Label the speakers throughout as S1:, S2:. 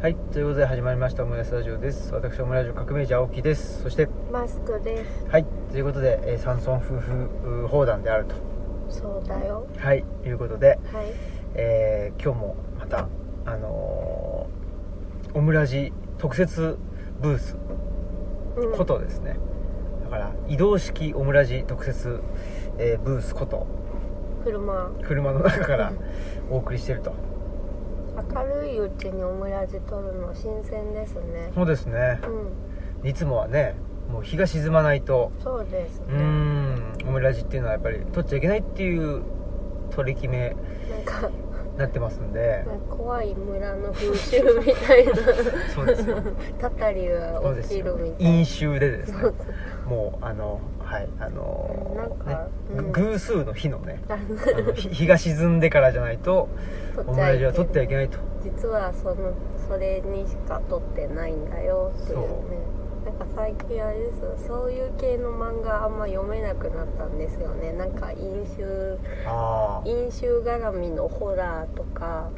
S1: はい、ということで始まりましたオムライスラジオです。私、オムライス革命児青木です。そして、
S2: マスクで
S1: はい、ということで、えー、山村夫婦うー砲弾であると。
S2: すそうだよ
S1: はい、ということで、
S2: はい
S1: えー今日もまた、あのーオムラジ特設ブース
S2: うん
S1: ことですね。だから、移動式オムラジ特設、えーブースこと、
S2: 車
S1: 車の中からお送りしてると。
S2: 明るいうちにオムラジ取るの新鮮ですね
S1: そうですね。
S2: うん
S1: いつもはね、もう日が沈まないと、
S2: そうです
S1: うー
S2: ね
S1: んオムラジっていうのはやっぱり取っちゃいけないっていう取り決め
S2: なんか
S1: になってますんで
S2: なんか怖い村の風習みたいな
S1: そうですよ
S2: たたり
S1: そ
S2: が
S1: うで
S2: 落
S1: す
S2: ちる
S1: よ
S2: みたい
S1: 飲
S2: な
S1: 酒でです
S2: そ
S1: ね
S2: うそう
S1: もうあのはいあの
S2: なんか
S1: ね
S2: うん
S1: ぐ偶数の日のね
S2: あの
S1: あの日 日が沈んでからじゃない と
S2: 取
S1: オム
S2: っちゃ
S1: ラ
S2: い
S1: ジ
S2: け
S1: は
S2: ない
S1: 取ってはいけないと
S2: 実はそのそれにしか撮ってないんだよっていうねなんか最近あれですそういう系の漫画あんま読めなくなったんですよねなんか飲酒
S1: あ
S2: 飲酒絡みのホラーとか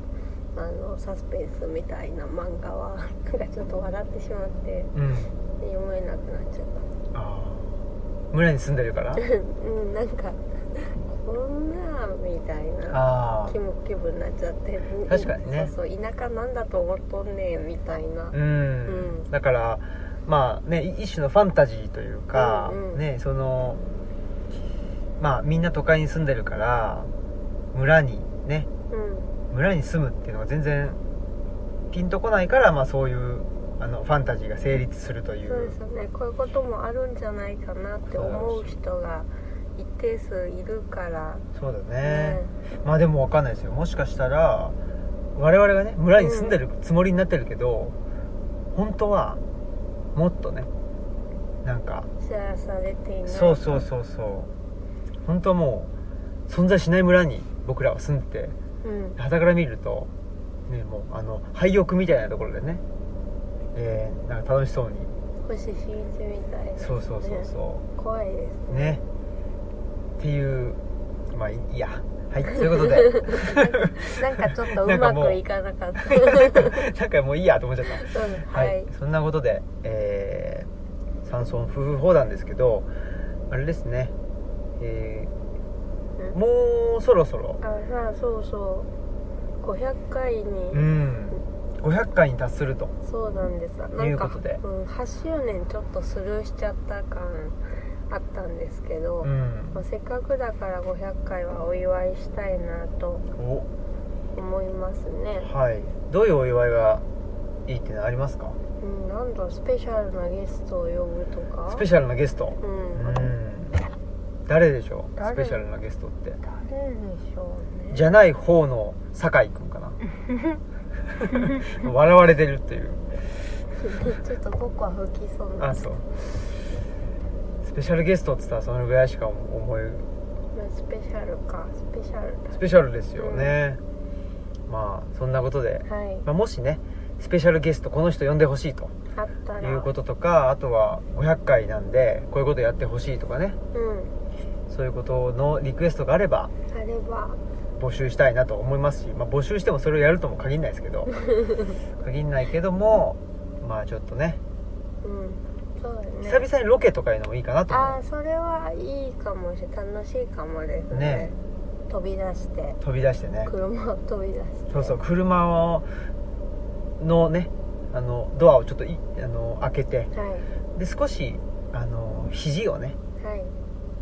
S2: あのサスペンスみたいな漫画は なんかちょっと笑ってしまって
S1: あうん
S2: 読めなくなっちゃっ
S1: ああ村に住んでる から
S2: た うんなんかこんなみたいな
S1: ああ
S2: 気も気分になっちゃって
S1: 確かにね
S2: そうそう田舎なんだと思っとんねんみたいな
S1: う
S2: うん
S1: んだからまあねい一種のファンタジーというか、
S2: うんうん
S1: ねそのまあみんな都会に住んでるから村にね
S2: うん
S1: 村に住むっていうのが全然ピンとこないから、まあ、そういうあのファンタジーが成立するとい
S2: そう
S1: う
S2: ですねこういうこともあるんじゃないかなって思う人が一定数いるから、
S1: そうだね
S2: ね、
S1: まあでもわかんないですよもしかしたら我々がね村に住んでるつもりになってるけど、本当はもっとねなんか
S2: シェアされていない
S1: そうそうそうそう本当はもう存在しない村に僕らは住んでて
S2: うん
S1: 傍から見るとねもうあの廃屋みたいなところでねえーなんか楽しそうに
S2: 星新一みたいな、
S1: そうそうそうそ
S2: 怖いです
S1: うねっていうまあいいいやはいということで
S2: なんかちょっと
S1: な
S2: うん
S1: か
S2: ま
S1: もう
S2: くいかなかった
S1: なんかもういいやと思っちゃった
S2: そう
S1: は、
S2: はいい、
S1: そんなことで、えー、山村夫婦砲弾ですけどあれですね、えー
S2: うん
S1: もうそろそろ
S2: あさあそうそう500回に、
S1: うん500回に達すると
S2: そうなんですなん
S1: いうことで
S2: うん、8周年ちょっとスルーしちゃった感あったんですけど、
S1: うん
S2: まあ、せっかくだから500回はお祝いしたいなと
S1: お
S2: 思いますね、
S1: はいどういうお祝いがいいっていうのありますか
S2: うん、なんだスペシャルなゲストを呼ぶとか
S1: スペシャルなゲスト
S2: うん、
S1: うん誰でしょうス
S2: 誰
S1: ペシャルなゲストって
S2: 誰でしょうね
S1: じゃない方の酒井君 かな笑われてるっていう
S2: ちょっと僕は吹きそうな
S1: あそうスペシャルゲストって言ったらそのぐらいしか思い
S2: スペシャルかスペシャル
S1: スペシャルですよね、まあそんなことで、
S2: だはい
S1: まあ、もしねスペシャルゲストこの人呼んでほしいと
S2: あったら
S1: いうこととかあとは500回なんでこういうことやってほしいとかね
S2: うん
S1: そういうことのリクエストがあれば
S2: あれば
S1: 募集したいなと思いますし、まあ、募集してもそれをやるとも限らないですけ ど限らないけどもまあちょっとね
S2: うんそうだね
S1: 久々にロケとかいうのもいいかなと
S2: あ
S1: 思
S2: あそれはいいかもしれない楽しいかもですね
S1: ね
S2: 飛び出して
S1: う飛び出してね
S2: 車を飛び出して
S1: そうそう車をのねあのドアをちょっといあの開けて
S2: は
S1: で少しあの肘をね
S2: いはい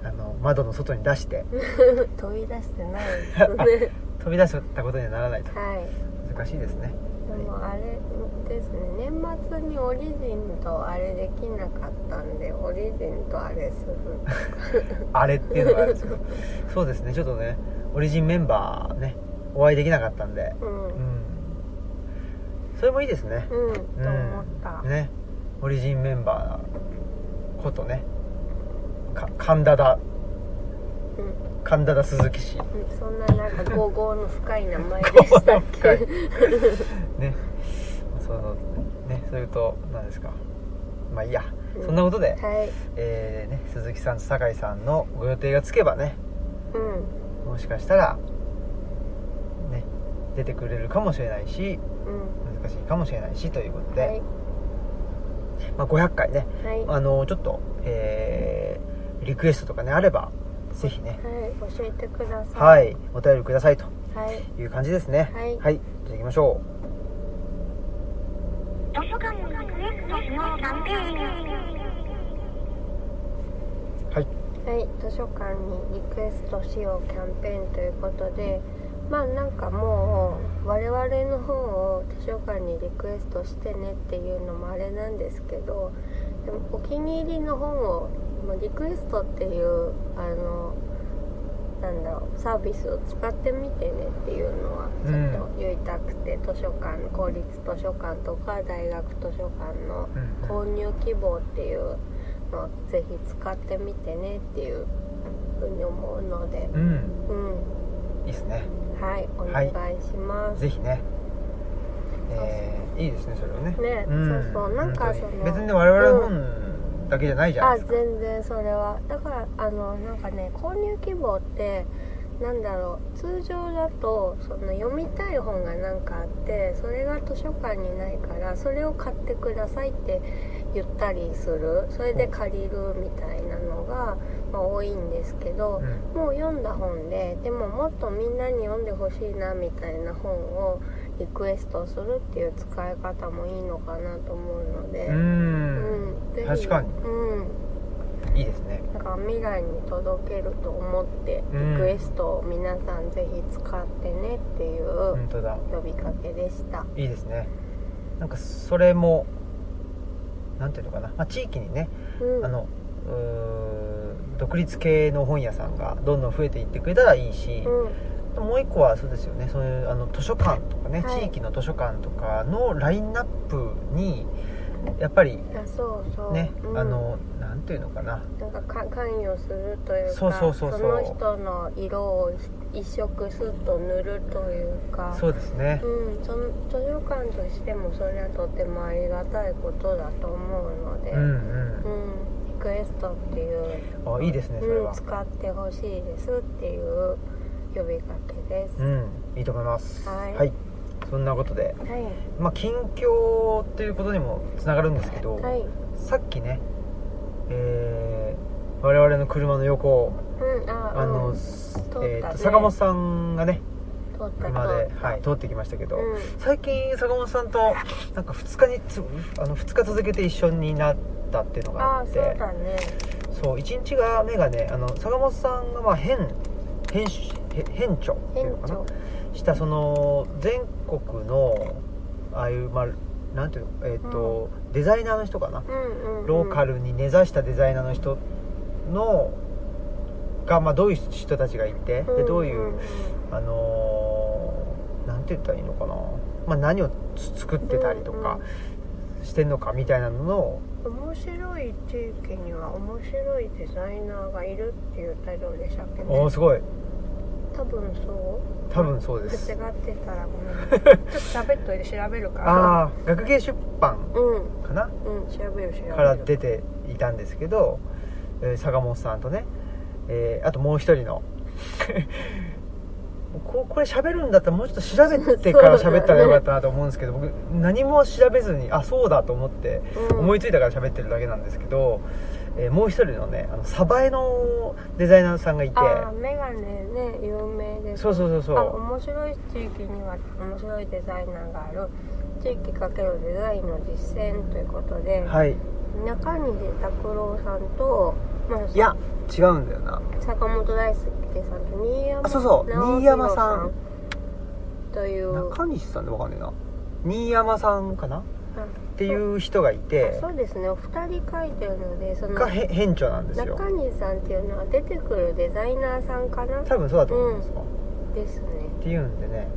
S1: あの窓の外に出して
S2: 飛び出して ないですね
S1: 飛び出したことにはならないと
S2: はい
S1: 難しいですね
S2: でもあれですね年末にオリジンとあれできなかったんでオリジンとあれする
S1: あれっていうのがあるんですけ どそうですねちょっとねオリジンメンバーねお会いできなかったんで
S2: うん
S1: う
S2: うん
S1: んそれもいいですね
S2: と思った、
S1: ねオリジンメンバーことねか神田だ
S2: うん
S1: 神田だ鈴木氏
S2: そんななんか五号の深い名前でした
S1: 豪豪の
S2: っけ
S1: 深 ねそのねそれと何ですかまあいいや、
S2: うん
S1: そんなことで、
S2: はい
S1: えーね、鈴木さんと酒井さんのご予定がつけばね
S2: うん
S1: もしかしたらね出てくれるかもしれないし
S2: うん
S1: 難しいかもしれないしということで、
S2: はい
S1: まあ、500回ね
S2: はいは
S1: あのちょっと、えーリクエストとかねあればぜひね
S2: い教えてくださ
S1: はいいお便りくださいと
S2: はい
S1: いう感じですね
S2: は
S1: じ
S2: い
S1: ゃあ行きましょ
S3: 図書館のリクエストのキャンペーン。
S1: うはい
S2: はい、図書館にリクエストしようキャンペーンということでまあなんかもう我々の方を図書館にリクエストしてねっていうのもあれなんですけどでもお気に入りの本をまあリクエストっていうあのなんだろうサービスを使ってみてねっていうのはちょっと言いたくて、図書館公立図書館とか大学図書館の
S1: うん
S2: 購入希望っていうのをぜひ使ってみてねっていうふうに思うので、
S1: うん
S2: うん、
S1: いいですね
S2: はいお願いします、
S1: ぜひねえーいいですねそれをね
S2: ね
S1: ん
S2: そうそうなんか
S1: 本当に
S2: その
S1: 別にね我々の
S2: う
S1: 本だけじゃないじゃない
S2: あ
S1: ですか、
S2: 全然それはだからあのなんかね購入希望ってなんだろう通常だとその読みたい本が何かあってそれが図書館にないからそれを買ってくださいって言ったりするそれで借りるみたいなのが、まあ、多いんですけ
S1: う
S2: ど、
S1: ん
S2: もう読んだ本ででももっとみんなに読んでほしいなみたいな本をリクエストするっていう使い方もいいのかなと思うので、
S1: うん
S2: うんぜひ
S1: 確かに
S2: うん、
S1: いいですね
S2: だから未来に届けると思ってリクエストを皆さんぜひ使ってねってい
S1: 本
S2: う
S1: 当だ
S2: 呼びかけでした、
S1: いいですねなんかそれもなんていうのかな、まあ、地域にね
S2: うん、
S1: あのうー独立系の本屋さんがどんどん増えていってくれたらいいし、
S2: う
S1: もう一個はそうですよねそういうあの図書館とかね、
S2: はい
S1: 地域の図書館とかのラインナップにやっぱり
S2: ん、あそうそう
S1: ね、
S2: うん
S1: あのなんていうのかな
S2: なんかか関与するというか
S1: そうそうそうそう
S2: その人の色を一色スッと塗るというか
S1: そうですね、
S2: うん、その図書館としてもそれはとてもありがたいことだと思うので、
S1: うんうん
S2: うんリクエストっていう、
S1: あいいですねそれ
S2: う
S1: は
S2: ん、使ってほしいですっていう呼びかけです、
S1: うん、いいと思います
S2: はい
S1: そんなことで
S2: はい
S1: まあ近況っていうことにもつながるんですけど、
S2: はい
S1: さっきねえー我々の車の横を
S2: うんあ
S1: あの、
S2: うん、通ったね
S1: えーと坂本さんがね
S2: った
S1: 車で
S2: 通、った
S1: はい、通ってきましたけど、
S2: うん
S1: 最近坂本さんとなんか2日につあの2日続けて一緒になったっていうのが
S2: あ
S1: あ
S2: あ
S1: っ
S2: そう
S1: て
S2: だね
S1: そう一1日が目がねあの坂本さんがまあ編編集へ編長ってい
S2: 店
S1: うのかな
S2: 長
S1: したその全国のああいうまあなんていうのえっ、と、デザイナーの人かな
S2: うんうん、うん、
S1: ローカルに根ざしたデザイナーの人のが、まあ、どういう人たちがいてでどういう、
S2: んん
S1: あのーなんて言ったらいいのかな、まあ、何をつ作ってたりとかしてんのかみたいなのを
S2: うん面白い地域には面白いデザイナーがいるっていうタイトルでしたっけね
S1: おーすごい
S2: 多分そう
S1: 多分そうで
S2: 間
S1: す
S2: 違ってたらごめんなさいちょっと喋っといて調べるから
S1: ああ学芸出版
S2: うん
S1: かな
S2: うん調べる調べる
S1: から出ていたんですけど、えー坂本さんとね、えーあともう一人の ここれ喋るんだったらもうちょっと調べて から喋ったらよかったなと思うんですけど僕何も調べずにあそうだと思って
S2: うん
S1: 思いついたから喋ってるだけなんですけど、えーもう一人のねあのサバエのデザイナーさんがいて
S2: ああメガネね有名です
S1: そうそうそう
S2: あ
S1: そ
S2: 面白い地域には面白いデザイナーがある地域かけるデザインの実践ということで、
S1: うはい
S2: 中西拓郎さんと、まあ、
S1: いや違うんだよな
S2: 坂本大輔さんと新山
S1: あそうそう
S2: 直弘
S1: 新山さん
S2: という
S1: 中西さんでわかんねえな新山さんかなっ
S2: あ
S1: ていう人がい
S2: あ
S1: て
S2: そうですねお二人書いてるのでその
S1: がへ編長なんですよ
S2: 中西さんっていうのは出てくるデザイナーさんかな
S1: 多分そうだと思うんですよ、
S2: ですね
S1: っていうんでね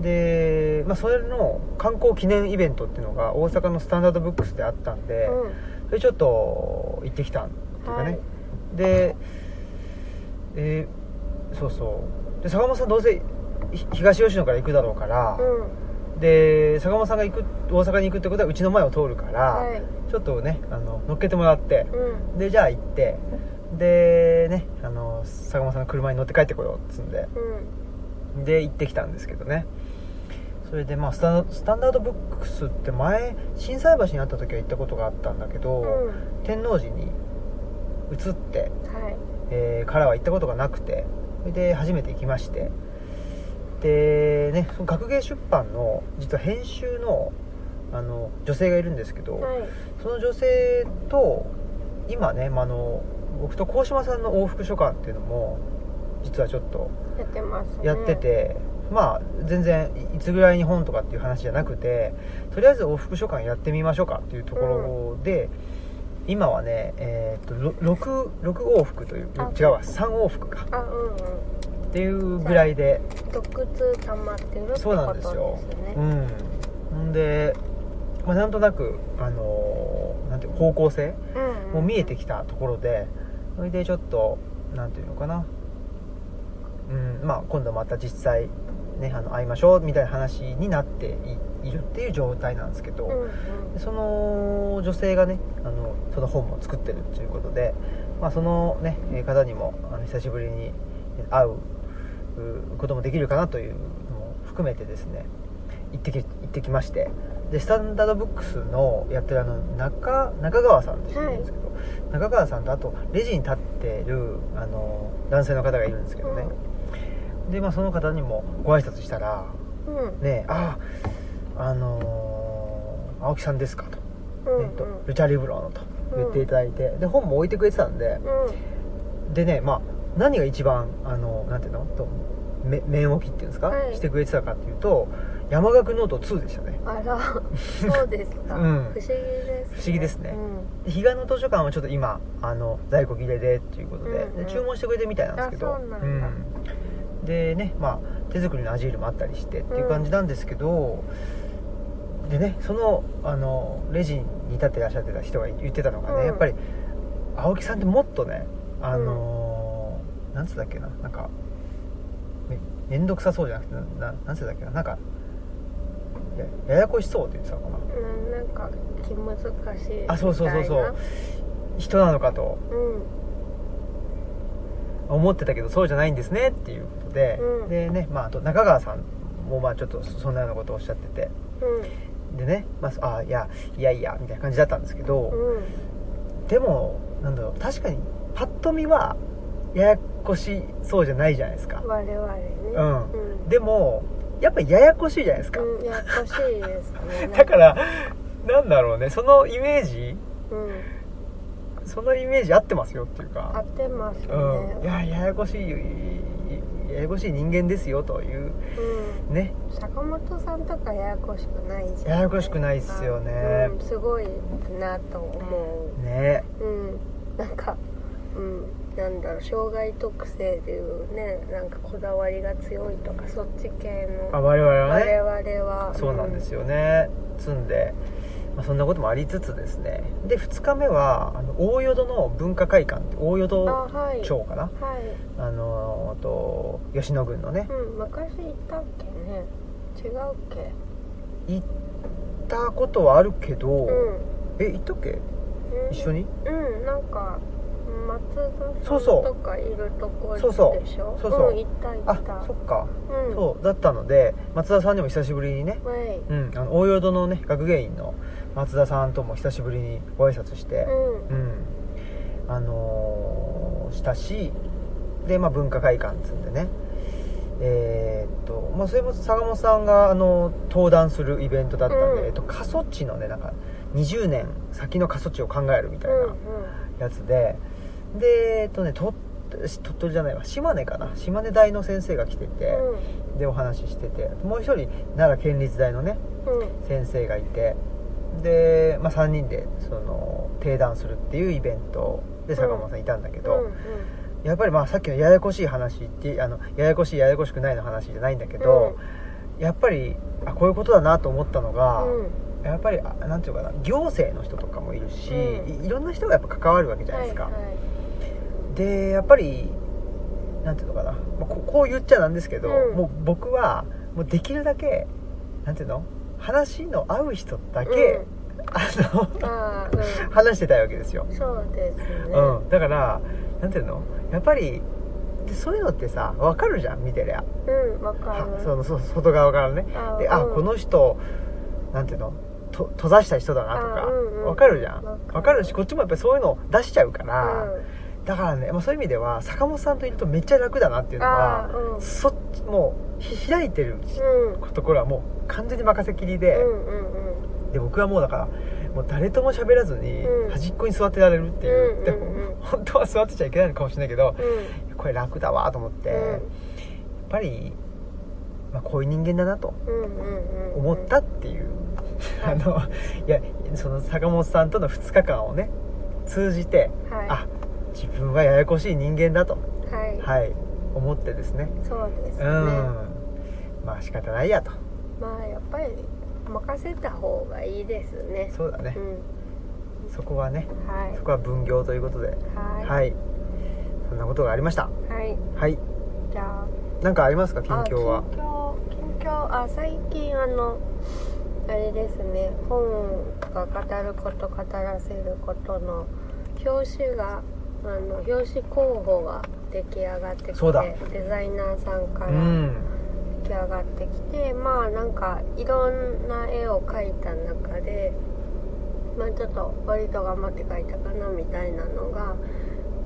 S1: で、まあ、それの観光記念イベントっていうのが大阪のスタンダードブックスであったんで、
S2: う
S1: それちょっと行ってきたんっていうかね、
S2: はい
S1: で、えーそうそうで坂本さんどうせひ東吉野から行くだろうから、
S2: んうん
S1: で坂本さんが行く大阪に行くってことはうちの前を通るから、
S2: はい
S1: ちょっとねあの乗っけてもらって
S2: うん
S1: でじゃあ行ってでねあの坂本さんの車に乗って帰ってこようっつうんで
S2: うん
S1: で行ってきたんですけどねそれでまあスタスタンダードブックスって前心斎橋にあった時は行ったことがあったんだけど、
S2: うん
S1: 天王寺に移って、
S2: はい
S1: えーからは行ったことがなくてそれで初めて行きましてでねその学芸出版の実は編集のあの女性がいるんですけど、
S2: はい
S1: その女性と今ね、まあ、あの僕と鴻島さんの往復書簡っていうのも実はちょっと
S2: やってます、ね、
S1: やってて、まあ全然いつぐらいに本とかっていう話じゃなくてとりあえず往復書館やってみましょうかっていうところで、今はね、えーっとろ 6, 6往復という
S2: あ
S1: 違うわ3往復か
S2: あうんうん
S1: っていうぐらいで
S2: 毒痛溜まってるってことです
S1: そ
S2: ね
S1: うなんですようんほんで、まあ、なんとなくあのーなんていうの方向性
S2: うんうん
S1: もう見えてきたところでそれでちょっと何ていうのかな、うんまあ、今度また実際、ね、あの会いましょうみたいな話になっていいるっていう状態なんですけど、
S2: うんうん
S1: でその女性がねあのその本も作ってるということで、まあ、その、ね、えー方にもあの久しぶりに会ううこともできるかなというのも含めてですね行ってき行ってきましてでスタンダードブックスのやってるあの中中川さんって人なんですけど、中川さんとあとレジに立ってるあの男性の方がいるんですけどね、で、まあ、その方にもご挨拶したら
S2: うん
S1: 「ねえああのー青木さんですか」と。
S2: うん
S1: えっとルチャリブロのと言っていただいて、で本も置いてくれてたんで
S2: うんうん
S1: でねまあ何が一番あのなんていうのとめ面置きっていうんですか、
S2: はい
S1: してくれてたかっていうと山岳ノート2でしたね
S2: あらそうですか、
S1: うん
S2: 不思議です、ね、
S1: 不思議ですね
S2: うん
S1: で彼岸の図書館はちょっと今あの在庫切れでっていうことで,、
S2: うんうん
S1: で注文してくれてみたいなんですけど
S2: あそうなんだ
S1: うんでねまあ手作りのアジールもあったりしてっていう感じなんですけど、でねそのあのレジに立ってらっしゃってた人が言ってたのがね、
S2: うん
S1: やっぱり青木さんってもっとねあのーなんつったっけななんかめめんどくさそうじゃなくてなななんつったっけななんかやややこしそうって言ってたのかな
S2: うん、なんか気難しいみたいな
S1: あそうそうそうそう人なのかと
S2: うん
S1: 思ってたけどそうじゃないんですねっていうことで、
S2: うん
S1: でね、まあ、あと中川さんもまあちょっとそんなようなことをおっしゃっててでね、まあそ、あいやいやいやみたいな感じだったんですけ
S2: う
S1: ど、
S2: んうん
S1: でもなんだろう確かにパッと見はややこしそうじゃないじゃないですか、
S2: 我々ね
S1: うん
S2: うん
S1: でもやっぱりややこしいじゃないですか、
S2: うん、ややこしいですね
S1: だからなんだろうねそのイメージ
S2: うん、
S1: そのイメージ合ってますよっていう
S2: 合
S1: か、
S2: ってますね
S1: うん、いやややこしいややこしい人間ですよという
S2: うん
S1: ね
S2: 坂本さんとかややこしくないじゃん
S1: ややこしくないっすよね
S2: うん、すごいなと思
S1: ね
S2: ううんなんかうんなんだろう障害特性でいうねなんかこだわりが強いとかそっち系
S1: あ
S2: の
S1: 我々はね
S2: 我々は
S1: そうなんです
S2: よ、
S1: よね積んで、まあ、そんなこともありつつですねで2日目はあの大淀の文化会館って大
S2: うんあ
S1: 淀
S2: はい
S1: 町かな
S2: はい
S1: あのあと吉野郡のね
S2: うん昔行ったっけね違うっけ
S1: 行ったことはあるけど、
S2: う
S1: え行ったっけ
S2: ん
S1: 一緒
S2: に
S1: に
S2: うんなんか松
S1: そ
S2: 田
S1: う
S2: さ
S1: そ
S2: ん
S1: う
S2: とかいるとこ
S1: そうそう
S2: でしょ
S1: そうそうん
S2: 行った行
S1: あ
S2: った
S1: そっか、
S2: うん
S1: そうだったので松田さんにも久しぶりにね
S2: はい
S1: うん、あの大淀のね学芸員の松田さんとも久しぶりにご挨拶して、
S2: うん
S1: うん、あのーしたしで、まあ、文化会館っつうんでねえーっと、まあ、それも坂本さんが、あの登壇するイベントだったんで、
S2: うん
S1: えっと、過疎地のねなんか20年先の過疎地を考えるみたい
S2: うんう
S1: なんやつで、でえっとね鳥し鳥取じゃないわ島根かな島根大の先生が来てて、でお話ししててもう一人奈良県立大のね
S2: うんうん
S1: 先生がいてで、まあ、3人でその定談するっていうイベントで坂本さんいたんだけど、
S2: うんうん
S1: やっぱりまあさっきのややこしい話ってあのややこしいややこしくないの話じゃないんだけど、やっぱりあこういうことだなと思ったのが、
S2: うん
S1: やっぱりあなんていうのかな行政の人とかもいるし、
S2: うん
S1: いいろんな人がやっぱ関わるわけじゃないですか。
S2: はいはい
S1: でやっぱりなんていうのかな、まあ、ここう言っちゃなんですけど、
S2: うん
S1: もう僕はもうできるだけなんていうの話の合う人だけ、
S2: う
S1: あの
S2: ん、あー
S1: 話してたいわけですよ、
S2: うんそうですね
S1: うん、だからなんていうのやっぱりでそういうのってさ分かるじゃん見てりゃ
S2: うんわかる
S1: そのそ外側からね
S2: あ
S1: であ
S2: うん
S1: この人なんていうのと閉ざした人だなと
S2: あ
S1: か
S2: うんうん
S1: 分かるじゃん
S2: わかる
S1: 分かるしこっちもやっぱりそういうの出しちゃうか
S2: う
S1: ら、だからね、まあ、そういう意味では坂本さんといるとめっちゃ楽だなっていうんの
S2: あ
S1: は
S2: うん
S1: そっちもうひ開いてる
S2: うん
S1: ところはもう完全に任せきりで、
S2: うんうんうん
S1: で僕はもうだからもう誰とも喋らずに
S2: うん
S1: 端っこに座ってられるっていう、
S2: うん
S1: で
S2: うんうん
S1: も本当は座ってちゃいけないのかもしれないけど
S2: うん
S1: これ楽だわと思って、やっぱり、まあ、こういう人間だなと
S2: うんうんうん
S1: 思ったっていう、あのいやその坂本さんとの2日間をね通じて、
S2: はい
S1: あ自分はややこしい人間だと、
S2: はい、
S1: はい、思ってですね
S2: そうです
S1: う
S2: ね、
S1: んまあ仕方ないやと
S2: まあやっぱり任せた方がいいですね
S1: そうだね
S2: う、ん
S1: そこはね
S2: はい
S1: そこは分業ということで
S2: はい
S1: はい、そんなことがありました
S2: はい
S1: はい
S2: じゃあ
S1: なんかありますか近況は
S2: あ近況近況あ最近あのあれですね本が語ること語らせることの表紙があの表紙候補が出来上がってき
S1: そうだ
S2: てデザイナーさんか
S1: う
S2: ら
S1: ん
S2: 出来上がってきて、まあなんかいろんな絵を描いた中でまあちょっと割と頑張って描いたかなみたいなのが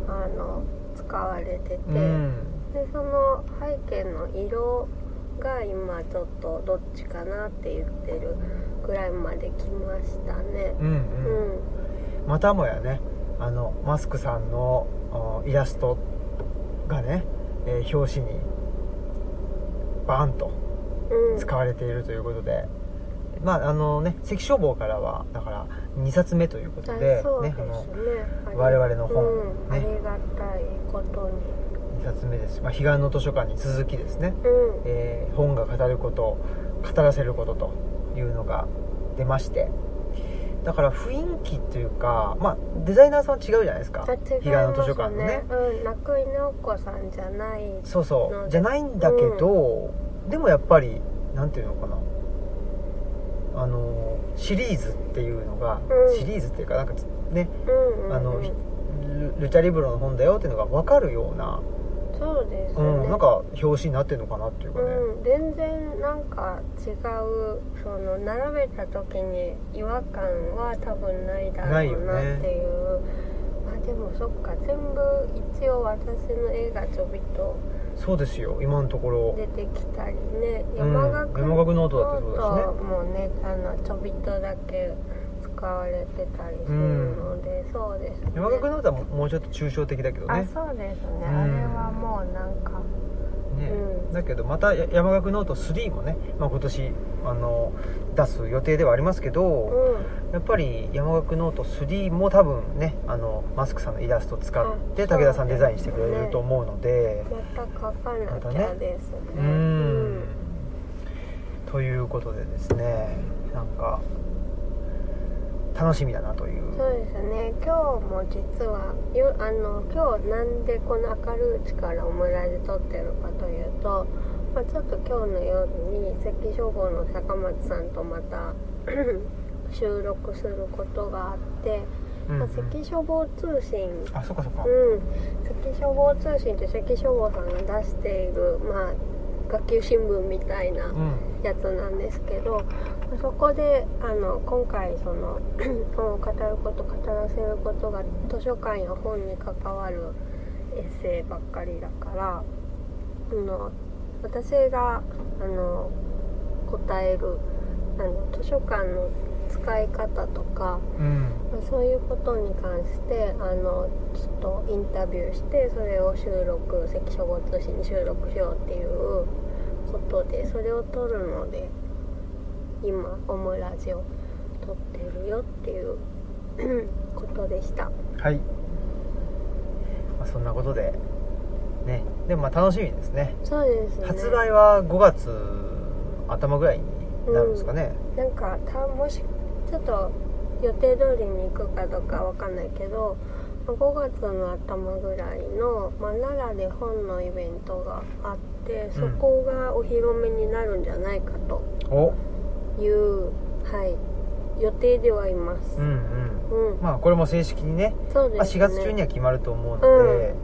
S2: あの使われてて。
S1: うん
S2: でその背景の色が今ちょっとどっちかなって言ってるぐらいまで来ましたね
S1: うんう、
S2: うんん
S1: またもやねあのマスクさんのおイラストがね、えー表紙にバーンと
S2: うん
S1: 使われているということで、まああのね関消防からはだから2冊目ということ
S2: あ
S1: で,、
S2: そうで
S1: ね、
S2: す
S1: あ
S2: ね
S1: の
S2: あ
S1: 我
S2: り
S1: 々の本
S2: う
S1: ね
S2: ん、ありがたいことに
S1: 2冊目です、まあ、彼岸の図書館に続きですね、
S2: うん
S1: えー本が語ること語らせることというのが出ましてだから雰囲気というか、まあ、デザイナーさんは違うじゃないですか
S2: あ違い
S1: 彼岸
S2: ま
S1: の図書
S2: す
S1: 館のね
S2: ねうん中井直子さんじゃない
S1: そうそ
S2: なの
S1: う
S2: で
S1: じゃないんだけど、でもやっぱりなんていうのかなあのシリーズっていうのが、
S2: うん
S1: シリーズっていうかなんかつね
S2: うんうん、うん、
S1: あのひルルチャリブロの本だよっていうのが分かるような、
S2: そうです
S1: う
S2: ね、
S1: ん、なんか表紙になってるのかなっていうかね、
S2: うん、全然なんか違うその並べた時に違和感は多分ないだ
S1: ないよ
S2: ろう
S1: ね
S2: なっていう、まあでもそっか全部一応私の絵がちょびっと
S1: そうですよ今のところ
S2: 出てきたりね
S1: ん
S2: 山岳
S1: 山岳ノートだってそうだしね
S2: ノートもねあのちょびっとだけ使われてたりするので、そうですね
S1: 山岳の歌ももうちょっと抽象的だけど
S2: あ
S1: ね
S2: そうですね、
S1: ん
S2: あれはもうなんか
S1: ね、
S2: うん
S1: だけどまたや山岳ノート3もね、まあ、今年あの出す予定ではありますけど、
S2: う
S1: やっぱり山岳ノート3も多分ねあのマスクさんのイラスト使って
S2: あ
S1: 武田さん
S2: そうですね
S1: デザインしてくれると思うので、
S2: んまた描か
S1: また
S2: なきゃ
S1: ね
S2: ですね
S1: うーんということでですねなんか楽しみだなという
S2: そうですね今日も実はよあの今日なんでこの明るいうちからオムラジ撮ってるかというと、まあ、ちょっと今日の夜に関消防の坂松さんとまた 収録することがあって、
S1: うんう
S2: ま
S1: ん
S2: あ、関消防通信
S1: あそっかそっか、
S2: うん、関消防通信って関消防さんが出している、まあ、学級新聞みたいな
S1: うん
S2: やつなんですけどそこであの今回その 本を語ること語らせることが図書館や本に関わるエッセイばっかりだからあの私があの答えるあの図書館の使い方とか
S1: うん
S2: まあそういうことに関してあのちょっとインタビューしてそれを収録関所ご通信に収録しようっていうことでそれを撮るので今オムラジを撮ってるよっていう ことでした
S1: はい、まあ、そんなことでねでもまあ楽しみですね
S2: そうですね
S1: 発売は5月頭ぐらいになるんですかね、
S2: なんかたもしちょっと予定通りに行くかどうかわかんないけどまあ5月の頭ぐらいの、まあ、奈良で本のイベントがあってそこがお披露目になるんじゃないかと
S1: お
S2: いう、はい、予定ではいます
S1: うんう。ん
S2: うん、
S1: まあこれも正式にね
S2: そう
S1: ま
S2: で
S1: あ
S2: すね。
S1: 4月中には決まると思うので、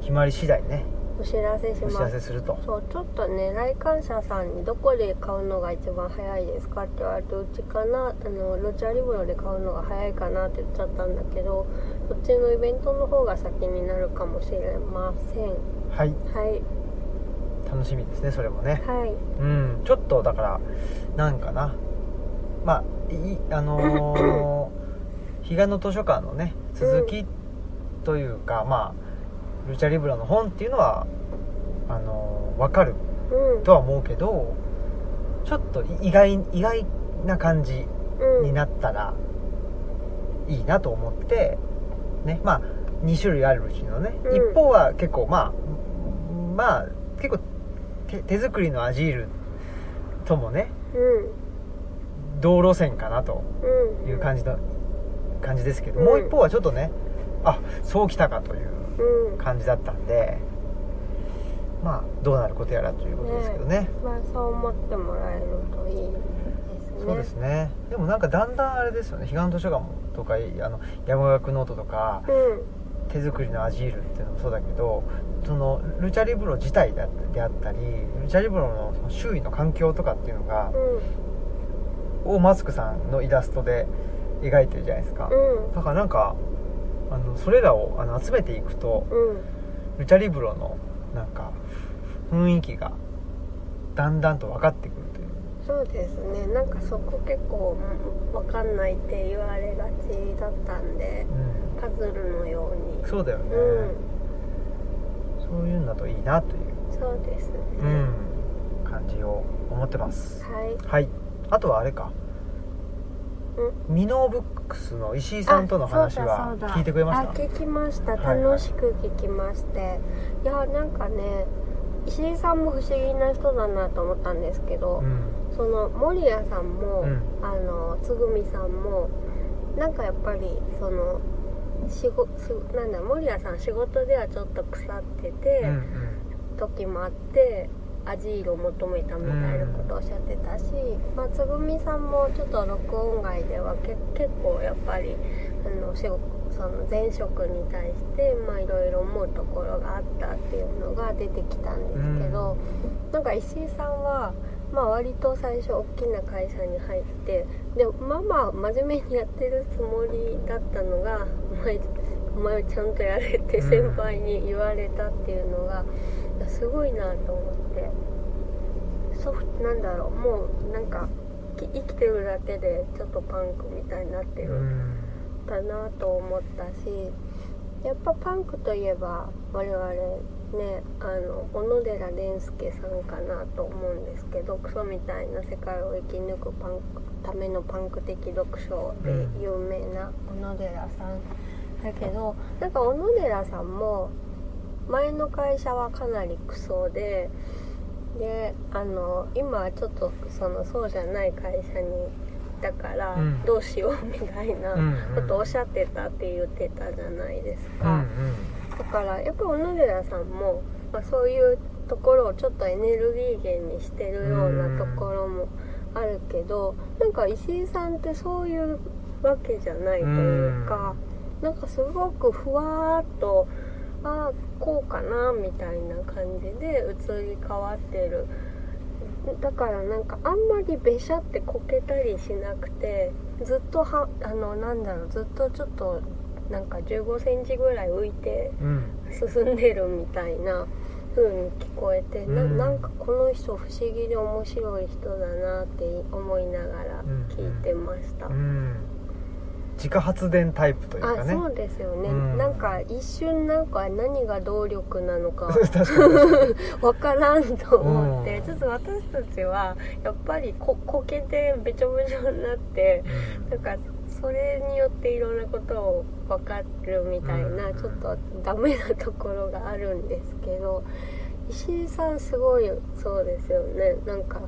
S1: 決まり次第ね
S2: お知らせし
S1: お知
S2: ま
S1: ら
S2: す
S1: せすると
S2: そうちょっとね来館者さんにどこで買うのが一番早いですかって言われてうちかなあのロチャリブロで買うのが早いかなって言っちゃったんだけどそっちのイベントの方が先になるかもしれません
S1: はい
S2: はい
S1: 楽しみですねそれもね
S2: はい
S1: うんちょっとだからなんかなまあいあのー彼岸の図書館のね続きというか、まあルチャリブロの本っていうのはあのー、分かる
S2: うん
S1: とは思うけどちょっと意外意外な感じ
S2: うん
S1: になったらいいなと思って、ねまあ、2種類あるうちのね、
S2: うん
S1: 一方は結構まあまあ結構手手作りのアジールともね
S2: う
S1: 同路線かなと
S2: んうん
S1: いう感じの、感じですけど、
S2: うん
S1: もう一方はちょっとねあそうきたかという
S2: うん
S1: 感じだったんでまあどうなることやらということですけどね
S2: まあそう思ってもらえるといいですね
S1: そうですねでもなんかだんだんあれですよね彼岸図書館とかあの山岳ノートとか
S2: う
S1: 手作りのアジールっていうのもそうだけどそのルチャリブロ自体であであったりルチャリブロのその周囲の環境とかっていうのが
S2: んうん
S1: をマスクさんのイラストで描いてるじゃないですか
S2: うん
S1: だからなんかあのそれらをあの集めていくと
S2: うん
S1: ルチャリブロのなんか雰囲気がだんだんと分かってくるという
S2: そうですねなんかそこ結構うんわかんないって言われがちだったんでパズルのように
S1: うん、そうだよね、
S2: うん
S1: そういうのだといいなという、
S2: そうですね、
S1: うん、感じを思ってます
S2: はい
S1: はいあとはあれかミノーブックスの石井さんとの話は聞いてくれまし
S2: あ
S1: た
S2: 聞きました
S1: はいはい
S2: 楽しく聞きまして、いやなんかね石井さんも不思議な人だなと思ったんですけど、
S1: うん
S2: その守屋さんも、
S1: うん
S2: あのつぐみさんもなんかやっぱりその仕事なんだ守屋さん仕事ではちょっと腐ってて、
S1: うん
S2: 時もあってアジールを求めたみたいなことをおっしゃってたし、まあ、つぐみさんもちょっと録音外ではけ結構やっぱりあの仕事その前職に対してまあいろいろ思うところがあったっていうのが出てきたんですけど、なんか石井さんは。まあ割と最初大きな会社に入ってでまあまあ真面目にやってるつもりだったのが「お前お前ちゃんとやれ」って先輩に言われたっていうのがすごいなと思ってソフトなんだろうもうなんかき生きてるだけでちょっとパンクみたいになって
S1: うんう
S2: る
S1: ん
S2: だなと思ったしやっぱパンクといえば我々ねあの小野寺蓮介さんかなと思うんですけどクソみたいな世界を生き抜くパンクためのパンク的読書で
S1: うん
S2: 有名な小野寺さんだけどなんか小野寺さんも前の会社はかなりクソでであの今はちょっとそのそうじゃない会社にだから
S1: うん
S2: どうしようみたいな
S1: うん
S2: ことをおっしゃってたって言ってたじゃないです
S1: う
S2: か、
S1: ん
S2: だからやっぱ小野寺さんも、まあ、そういうところをちょっとエネルギー源にしてるようなところもあるけどなんか石井さんってそういうわけじゃないというかなんかすごくふわーっとああこうかなみたいな感じで移り変わってるだからなんかあんまりべしゃってこけたりしなくてずっとはあのなんだろうずっとちょっとなんか1 5センチぐらい浮いて
S1: うんうん
S2: 進んでるみたいな風に聞こえて、な
S1: うん
S2: なんかこの人不思議で面白い人だなって思いながら聞いてました、
S1: うん自家発電タイプというか
S2: あ
S1: ね
S2: そうですよね、
S1: うん
S2: なんか一瞬なんか何が動力なのか
S1: 確かに確かに
S2: わからんと思って、
S1: うん
S2: ちょっと私たちはやっぱりここけてべちょべちょになってなんかそれによっていろんなことを分かるみたいな、
S1: うん
S2: ちょっとダメなところがあるんですけど石井さんすごいそうですよねなんか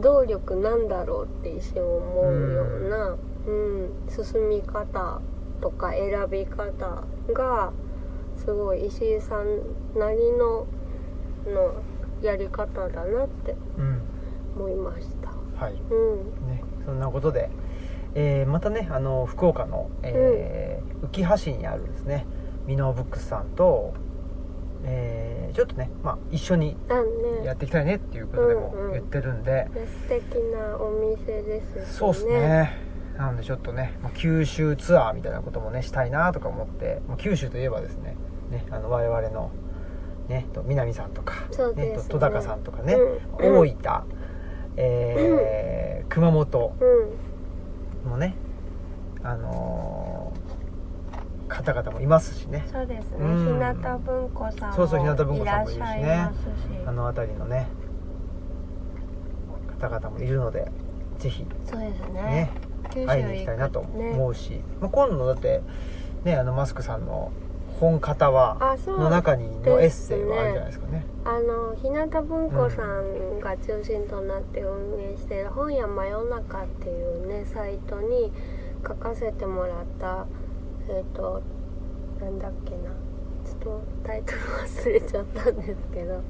S2: 動力なんだろうって一瞬思うような、うん進み方とか選び方がすごい石井さんなりののやり方だなって
S1: うん、
S2: 思いました。
S1: うん、はい
S2: うん、
S1: ねそんなことで、えーまたねあの福岡の、えー浮橋にあるですねミノーブックスさんとえーちょっとね、まあ、一緒に
S2: だ
S1: や
S2: ね
S1: っていきたいねっていうことでも
S2: うんうん
S1: 言ってるんで、
S2: 素敵なお店ですしね
S1: そうですねなのでちょっとね、まあ、九州ツアーみたいなこともねしたいなとか思って、まあ、九州といえばですねねあの我々の、ね、と南さんとか、
S2: そうですね
S1: と戸高さんとかね、
S2: うん
S1: 大分、えー熊本
S2: う
S1: のね、あのー方々もいますしね
S2: んそうですね、
S1: うん
S2: 日向文庫さんも
S1: そうそう日向文庫さんもいるしね
S2: らっゃいますし
S1: あの辺りのね方々もいるのでぜひ
S2: そうですね
S1: ね
S2: 九州
S1: 会いに行きたいなと思うし、まあ、今度だってねあのマスクさんの本型は
S2: あそう
S1: の中にのエッセイはあるじゃないですかね
S2: あの日向文庫さんが中心となって運営している「本屋真夜中」っていうねサイトに書かせてもらったえっ、となんだっけなちょっとタイトル忘れちゃったんですけど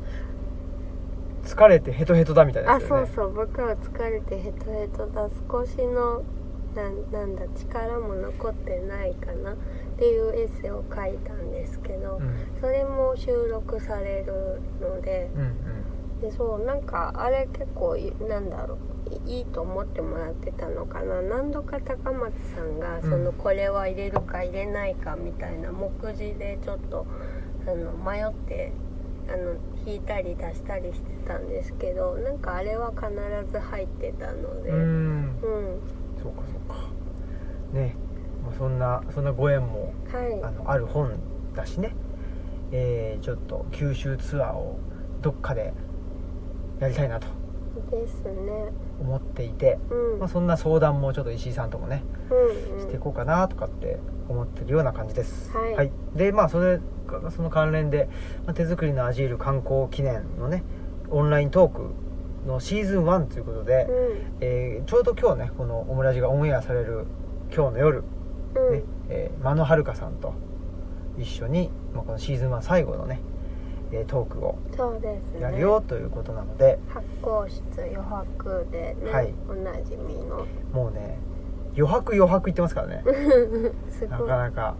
S1: 疲れてヘトヘトだみたいな
S2: あ
S1: やつだ
S2: そ
S1: よ
S2: う
S1: ね
S2: そう僕は疲れてヘトヘトだ少しのなんなんだ力も残ってないかなっていうエッセイを書いたんですけど、
S1: うん
S2: それも収録されるので。
S1: うん
S2: でそうなんかあれ結構いなんだろういいいと思ってもらってたのかな何度か高松さんが
S1: ん
S2: そのこれは入れるか入れないかみたいな目次でちょっとあの迷ってあの引いたり出したりしてたんですけどなんかあれは必ず入ってたので
S1: うんう
S2: うん、
S1: んそうかそうかねまあそんなそんなご縁もあ
S2: は
S1: のある本だしね、えーちょっと九州ツアーをどっかでやりたいなと
S2: いですね
S1: 思っていて、
S2: うん、
S1: まあ、そんな相談もちょっと石井さんともね
S2: うんうん
S1: していこうかなとかって思ってるような感じです、
S2: はい
S1: でまあそれがその関連で、まあ手作りのアジール観光記念のねオンライントークのシーズン1ということで、
S2: うん
S1: えーちょうど今日ねこのオムラジがオンエアされる今日の夜、ね
S2: うん、
S1: えー、間野遥香さんと一緒に、まあ、このシーズン1最後のねえートークを
S2: そうですね
S1: やるよということなので、
S2: 発酵室余白でね、
S1: はい
S2: おなじみの
S1: もうね余白余白言ってますから ね
S2: す
S1: な
S2: ご
S1: か
S2: い
S1: なか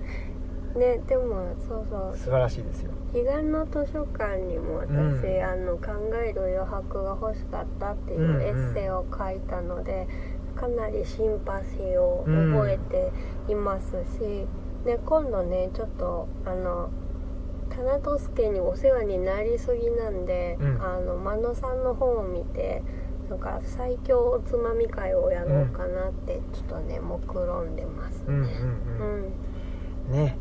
S2: ねでもそうそう
S1: 素晴らしいですよ
S2: 彼岸の図書館にも私、
S1: うん
S2: あの考える余白が欲しかったっていうエッセイを書いたので、かなりシンパシーを覚えていますし、で今度ねちょっとあの棚俊介にお世話になりすぎなんで、
S1: うん
S2: あの真野さんの本を見てなんか最強おつまみ会をやろうかなってちょっとね目論んでます
S1: うんうん
S2: ね。
S1: うん
S2: うん
S1: ね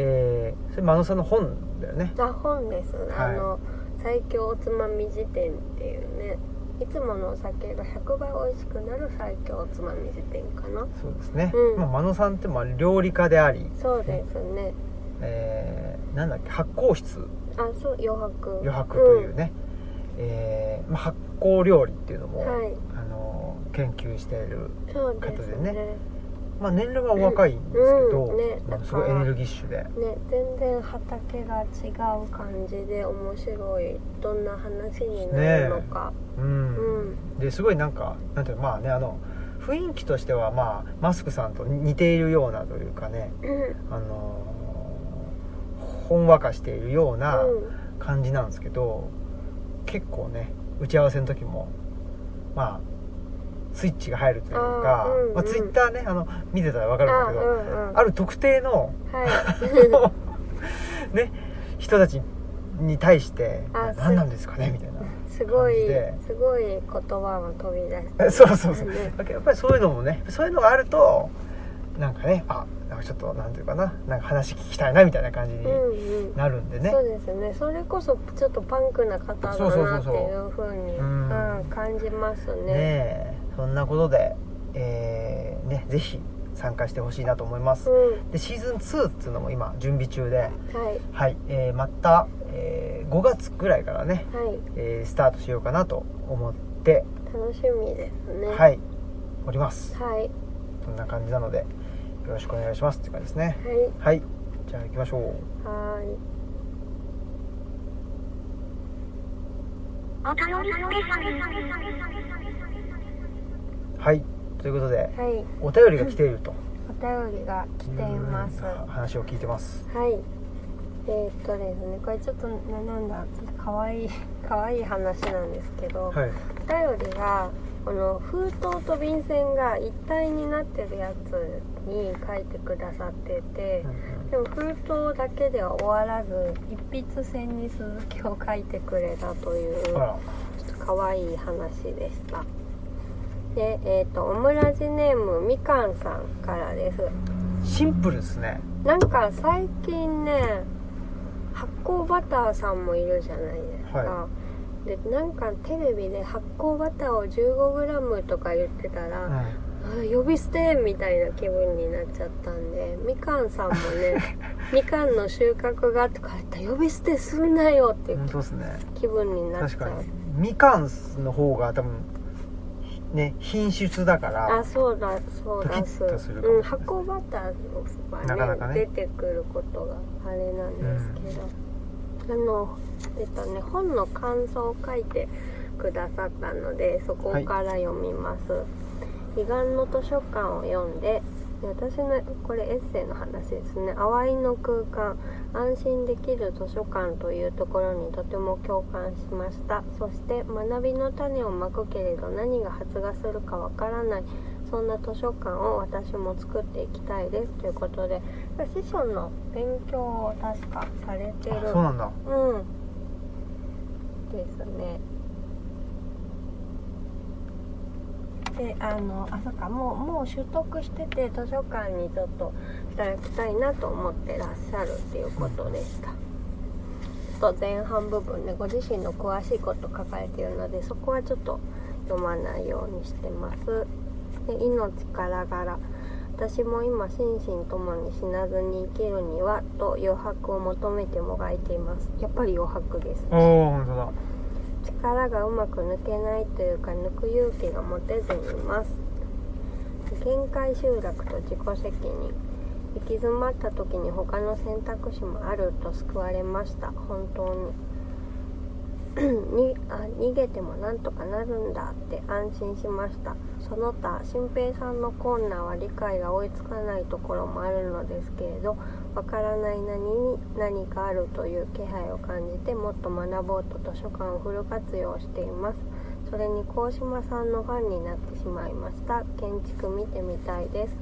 S1: えー、それ真野さんの本だよね
S2: あ本です、
S1: はい
S2: あの「最強おつまみ辞典」っていうねいつものお酒が100倍美味しくなる最強おつまみ辞典かな
S1: そうですね、
S2: うん
S1: まあ、真野さんってまあ料理家であり、
S2: そうですね
S1: えー、なんだっけ発酵室
S2: あそう余白
S1: 余白という、ね、えーまあ、発酵料理っていうの
S2: う
S1: も、
S2: んはい
S1: あのー研究している、
S2: そうです
S1: 方でね
S2: ねね
S1: まあ、年齢はお若いんですけど、
S2: うんね
S1: まあすごいエネルギッシュで
S2: 全然畑が違う感じで面白いどんな話になるのか、
S1: うん、
S2: うん
S1: ですごいなんかなんていうのまあねあの雰囲気としては、まあ、マスクさんと似ているようなというかね、
S2: うん
S1: あのーほんわかしているような
S2: うん
S1: 感じなんですけど、結構ね打ち合わせの時もまあスイッチが入るというか
S2: あーうん
S1: まあ、
S2: うん
S1: ツイッターねあの見てたら分かるんだけ
S2: あう
S1: ど、
S2: んうん
S1: ある特定 の
S2: はい
S1: ね人たちに対して「
S2: あ
S1: 何なん ですかね?」みたい
S2: すごい
S1: 感じです
S2: ごい言葉が飛び出して
S1: なそうそうそう
S2: ね
S1: だけどやっぱりそういうのもねそういうのがあるとなんかねあなんかちょっとなんていうかななんか話聞きたいなみたいな感じに
S2: うんうん
S1: なるんでね、
S2: そうですねそれこそちょっとパンクな方だ
S1: そうそうそ
S2: な
S1: う
S2: って
S1: そう
S2: いうふうに
S1: うん
S2: うん感じます
S1: ね
S2: ね
S1: えそんなことで、えーね、ぜひ参加してほしいなと思います、
S2: う
S1: でシーズン2っていうのも今準備中で、
S2: んはい
S1: はいえーまた、え5月くらいからね、
S2: はい
S1: えースタートしようかなと思って、
S2: 楽しみですね
S1: はいいおります
S2: はい
S1: そんな感じなのでよろしくお願いしますっていう感じですね
S2: はい
S1: はいじゃあ行きましょう
S2: はーい
S3: お楽しみ
S1: はいということで
S2: はい
S1: お便りが来ていると
S2: お便りが来ています
S1: うん
S2: は
S1: 話を聞いてます
S2: いえーっとですねこれちょっとななんだかわいい かわいい話なんですけど、
S1: はい
S2: お便りがこの封筒と便箋が一体になってるやつに書いてくださってて、でも封筒だけでは終わらず一筆線に鈴木を書いてくれたという
S1: あら
S2: ちょっと可愛い話でしたでえっ、とオムラジネームみかんさんからです
S1: シンプルですね
S2: なんか最近ね発酵バターさんもいるじゃないですか、
S1: は
S2: でなんかテレビで発酵バターを 15g とか言ってたら、
S1: はい
S2: あ呼び捨てみたいな気分になっちゃったんでみかんさんもね みかんの収穫がとか言ったら呼び捨てすんなよっていう
S1: 本当ですね
S2: 気分になっち
S1: 確
S2: ゃ
S1: か
S2: う、
S1: にみかんの方が多分ね品質だか
S2: あ
S1: ら
S2: そうだそう
S1: ドキ
S2: だ
S1: ッとするかも
S2: うん、発酵バターがね
S1: なかなかね
S2: 出てくることがあれなんですけど、あのえっとね本の感想を書いてくださったのでそこから読みます、彼岸の図書館を読んで私のこれエッセイの話ですね「淡いの空間安心できる図書館」というところにとても共感しましたそして学びの種をまくけれど何が発芽するかわからないそんな図書館を私も作っていきたいですということで師匠の勉強を確かされてる
S1: あそうなんだ
S2: うんですねであのあそっかもうもう取得してて図書館にちょっと働きたいなと思ってらっしゃるっていうことでしたちょっと前半部分でご自身の詳しいこと書かれているのでそこはちょっと読まないようにしてますで命からがら私も今心身ともに死なずに生きるにはと余白を求めてもがいていますやっぱり余白です
S1: おお本当だ
S2: 力がうまく抜けないというか抜く勇気が持てずにいます限界集落と自己責任行き詰まった時に他の選択肢もあると救われました本当に にあ逃げてもなんとかなるんだって安心しましたその他新平さんの困難は理解が追いつかないところもあるのですけれどわからない何に何かあるという気配を感じてもっと学ぼうと図書館をフル活用していますそれに鴻島さんのファンになってしまいました建築見てみたいです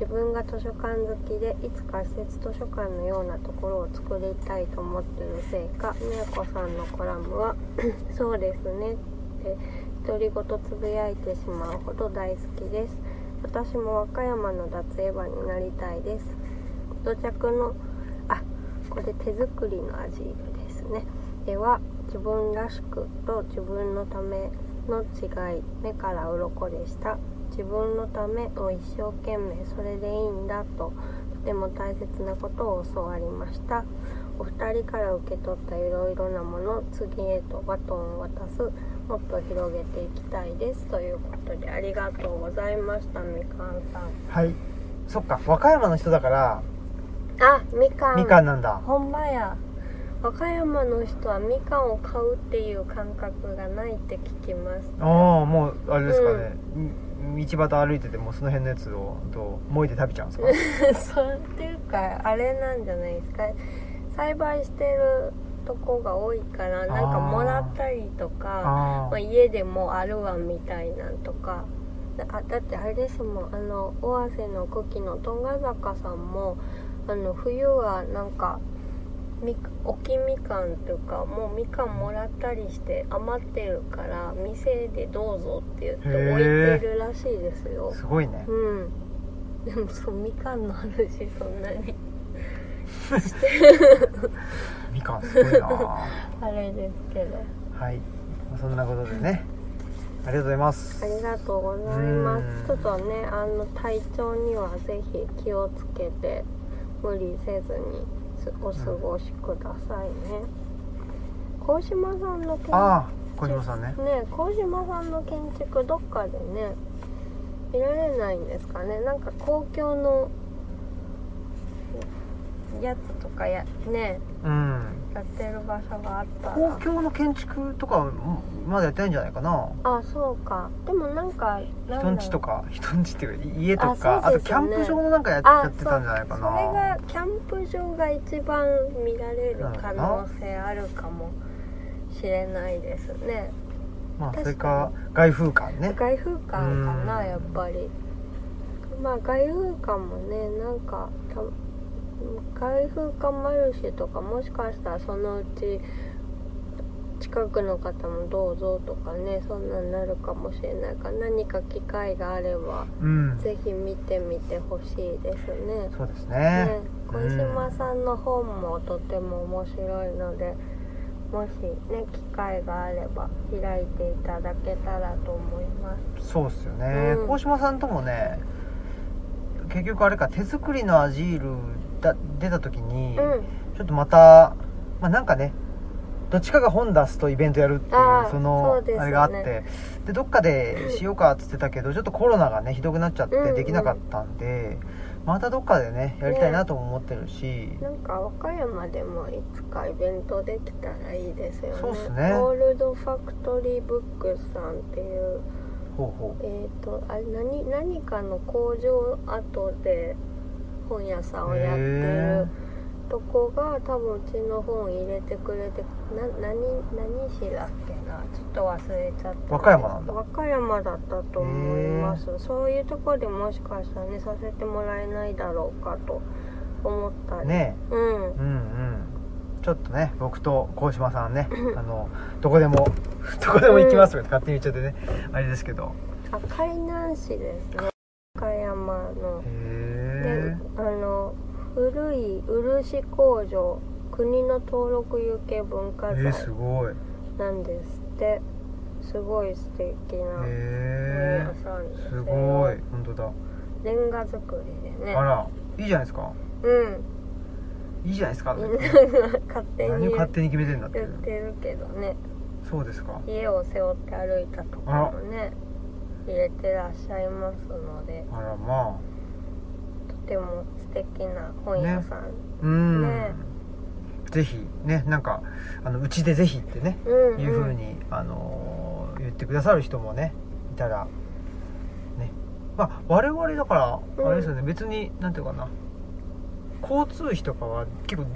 S2: 自分が図書館好きでいつか施設図書館のようなところを作りたいと思っているせいかみやこさんのコラムは 「そうですね」って独り言つぶやいてしまうほど大好きです私も和歌山の脱エヴァになりたいです到着のあこれ手作りの味ですねでは自分らしくと自分のための違い目から鱗でした自分のためを一生懸命それでいいんだととても大切なことを教わりましたお二人から受け取ったいろいろなもの次へとバトンを渡すもっと広げていきたいですということでありがとうございましたみかんさん
S1: はいそっか和歌山の人だから
S2: あみかん
S1: みかんなんだ
S2: ほんまや和歌山の人はみかんを買うっていう感覚がないって聞きます
S1: ああもうあれですかね、み道端歩いててもその辺のやつをと燃えて食べちゃうんですか
S2: そうっていうかあれなんじゃないですか栽培してるとこが多いからなんかもらったりとか
S1: あ
S2: まあ、家でもあるわみたいなんとかあだってあれですもんあの尾鷲の茎のとんが坂さんもあの冬はなんかみ沖みかんというかもうみかんもらったりして余ってるから店でどうぞって言って
S1: へ
S2: 置い
S1: ー
S2: てるらしいですよ
S1: あすごいね
S2: うんでもそうみかんの話そんなに
S1: みかんすごいなは
S2: あれですけど
S1: いそんなことでねありがとうございます
S2: ありがとうございま
S1: うん
S2: すちょっとねあの体調にはぜひ気をつけて無理せずにすお過ごしくださいね鴻島さんの建築
S1: ああ小島さんね
S2: ね鴻島さんの建築どっかでね見られないんですかねなんか公共のやつとかやね
S1: うん
S2: やってる場所があったら
S1: 公共の建築とかはうんまだやってないんじゃないかな
S2: あそうかでもなんかなんだろ
S1: 人
S2: うん
S1: ちとか人んちっていうか家と
S2: あ
S1: かあ,、
S2: そう
S1: と
S2: です
S1: キ
S2: よ
S1: ャ
S2: ね
S1: ンプ場もなんかやっ
S2: あ
S1: やってたんじゃないかな
S2: そうそれがキャンプ場が一番見られる可能性あるかもしれないですね
S1: まあ
S2: 確かに
S1: それか外風館ね
S2: 外風館か
S1: う
S2: なんやっぱりまあ外風館もねなんかた外風館マルシェとかもしかしたらそのうち近くの方もどうぞとかねそんなんなるかもしれないから何か機会があれば
S1: うん
S2: ぜひ見てみてほしいですね
S1: そうですね
S2: ね
S1: う
S2: 小島
S1: ん
S2: さんの本もとても面白いのでもしね機会があれば開いていただけたらと思います
S1: そうっすよね、
S2: うん
S1: 高島さんともね結局あれか手作りのアジールだ出た時に、
S2: うん
S1: ちょっとまた、まあ、なんかねどっちかが本出すとイベントやるってい
S2: あ
S1: う
S2: ー
S1: その
S2: そうですよね
S1: あれがあってでどっかでしようかっつってたけどちょっとコロナがねひどくなっちゃっ
S2: うんう
S1: て
S2: ん
S1: できなかったんで、またどっかでねやりたいなとも思ってるし、
S2: なんか和歌山でもいつかイベントできたらいいですよね
S1: そうっすね
S2: ゴールドファクトリーブックスさんっていう
S1: ほうほう
S2: えっ、とあれ何何かの工場跡で本屋さんをやって
S1: へ
S2: るとこが多分うちの本入れてくれてな何何市だっけなちょっと忘れちゃった
S1: 和歌山なんだ
S2: 和歌山だったと思いますそういうとこでもしかしたらねさせてもらえないだろうかと思ったり
S1: ね
S2: うん
S1: えうんうんちょっとね僕と高島さん ねあのどこでも どこでも行きますとか勝手に言っちゃってねあれですけど
S2: あ海南市ですね和歌山の
S1: へえ
S2: であの古い漆工場国の登録有形文
S1: え
S2: 化
S1: ー、す
S2: 財
S1: ごいへ
S2: なんですってすごい素敵な本
S1: え
S2: 屋さんです
S1: す
S2: よ
S1: ごい本当だ
S2: レンガ作りでね
S1: あらいいじゃないですか
S2: うん
S1: いいじゃないですか
S2: みんなが勝手
S1: 何を
S2: に
S1: 勝手に決めてんだってい
S2: 言っ
S1: う
S2: てるけどね
S1: そうですか
S2: 家を背負って歩いたとかもね入れてらっしゃいますので
S1: あらま
S2: とても素敵な本屋さん、
S1: あうん、
S2: ね
S1: ぜひねなんかあのうちでぜひってね、
S2: うんうん
S1: いうふうに、あのー言ってくださる人もねいたらねまあ我々だか
S2: うん
S1: らあれですよね、別になんていうかな交通費とかは結構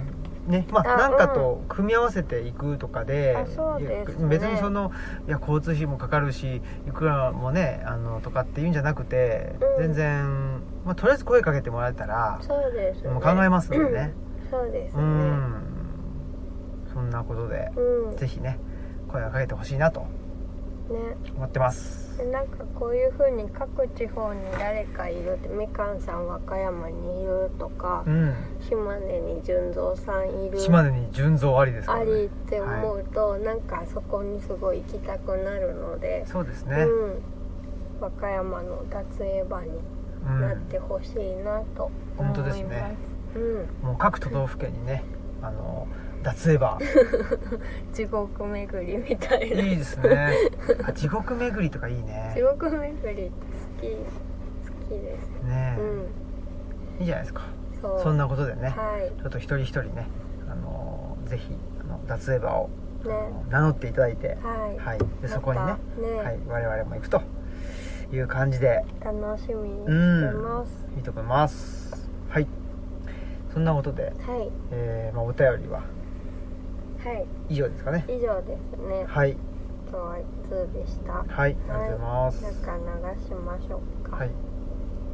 S1: ねまあ
S2: あ
S1: なんかと組み合わせていくとかで,いや、
S2: あそうですね
S1: 別にそのいや交通費もかかるしいくらもねあのとかっていうんじゃなくて、
S2: う
S1: 全
S2: ん
S1: 然、まあ、とりあえず声かけてもらえたら、
S2: そうですね
S1: もう考えますのでね、
S2: そうです
S1: う
S2: ね
S1: んそんなことで、
S2: うん
S1: ぜひね声をかけてほしいなと
S2: ね
S1: 思ってます
S2: でなんかこういう風に各地方に誰かいるってみかんさん和歌山にいるとか
S1: うん
S2: 島根に純三さんいる
S1: 島根に純蔵ありですか
S2: あ
S1: ら、
S2: り
S1: ね
S2: っ、て思うと、なんかそこにすごい行きたくなるので、
S1: そうです
S2: う
S1: ね、
S2: ん、和歌山の脱衣場に
S1: う
S2: なっ
S1: ん
S2: てほしいなと思います、う
S1: 本当
S2: ん、
S1: ですねもう各都道府県にねあの脱エ バー
S2: 地獄巡りみたいな、
S1: いいですねあ地獄巡りとかいいね
S2: 地獄巡りって好き好きです
S1: ねえ、
S2: うん
S1: いいじゃないですか
S2: そう
S1: そんなことでね、
S2: はい
S1: ちょっと一人一人ねあのぜひあの脱エバーを、あ
S2: ね
S1: の名乗っていただいて
S2: はい、
S1: はいでそこにね
S2: またね
S1: はい、我々も行くという感じで
S2: 楽しみにしてます、
S1: いいと思いますはいそんなことで、
S2: はい
S1: えーまあ、お便りは
S2: はい
S1: 以上ですかね
S2: 以上ですね
S1: はい
S2: 今日は2でしたはい
S1: はいありがとうございます
S2: なんか流しましょうか
S1: はい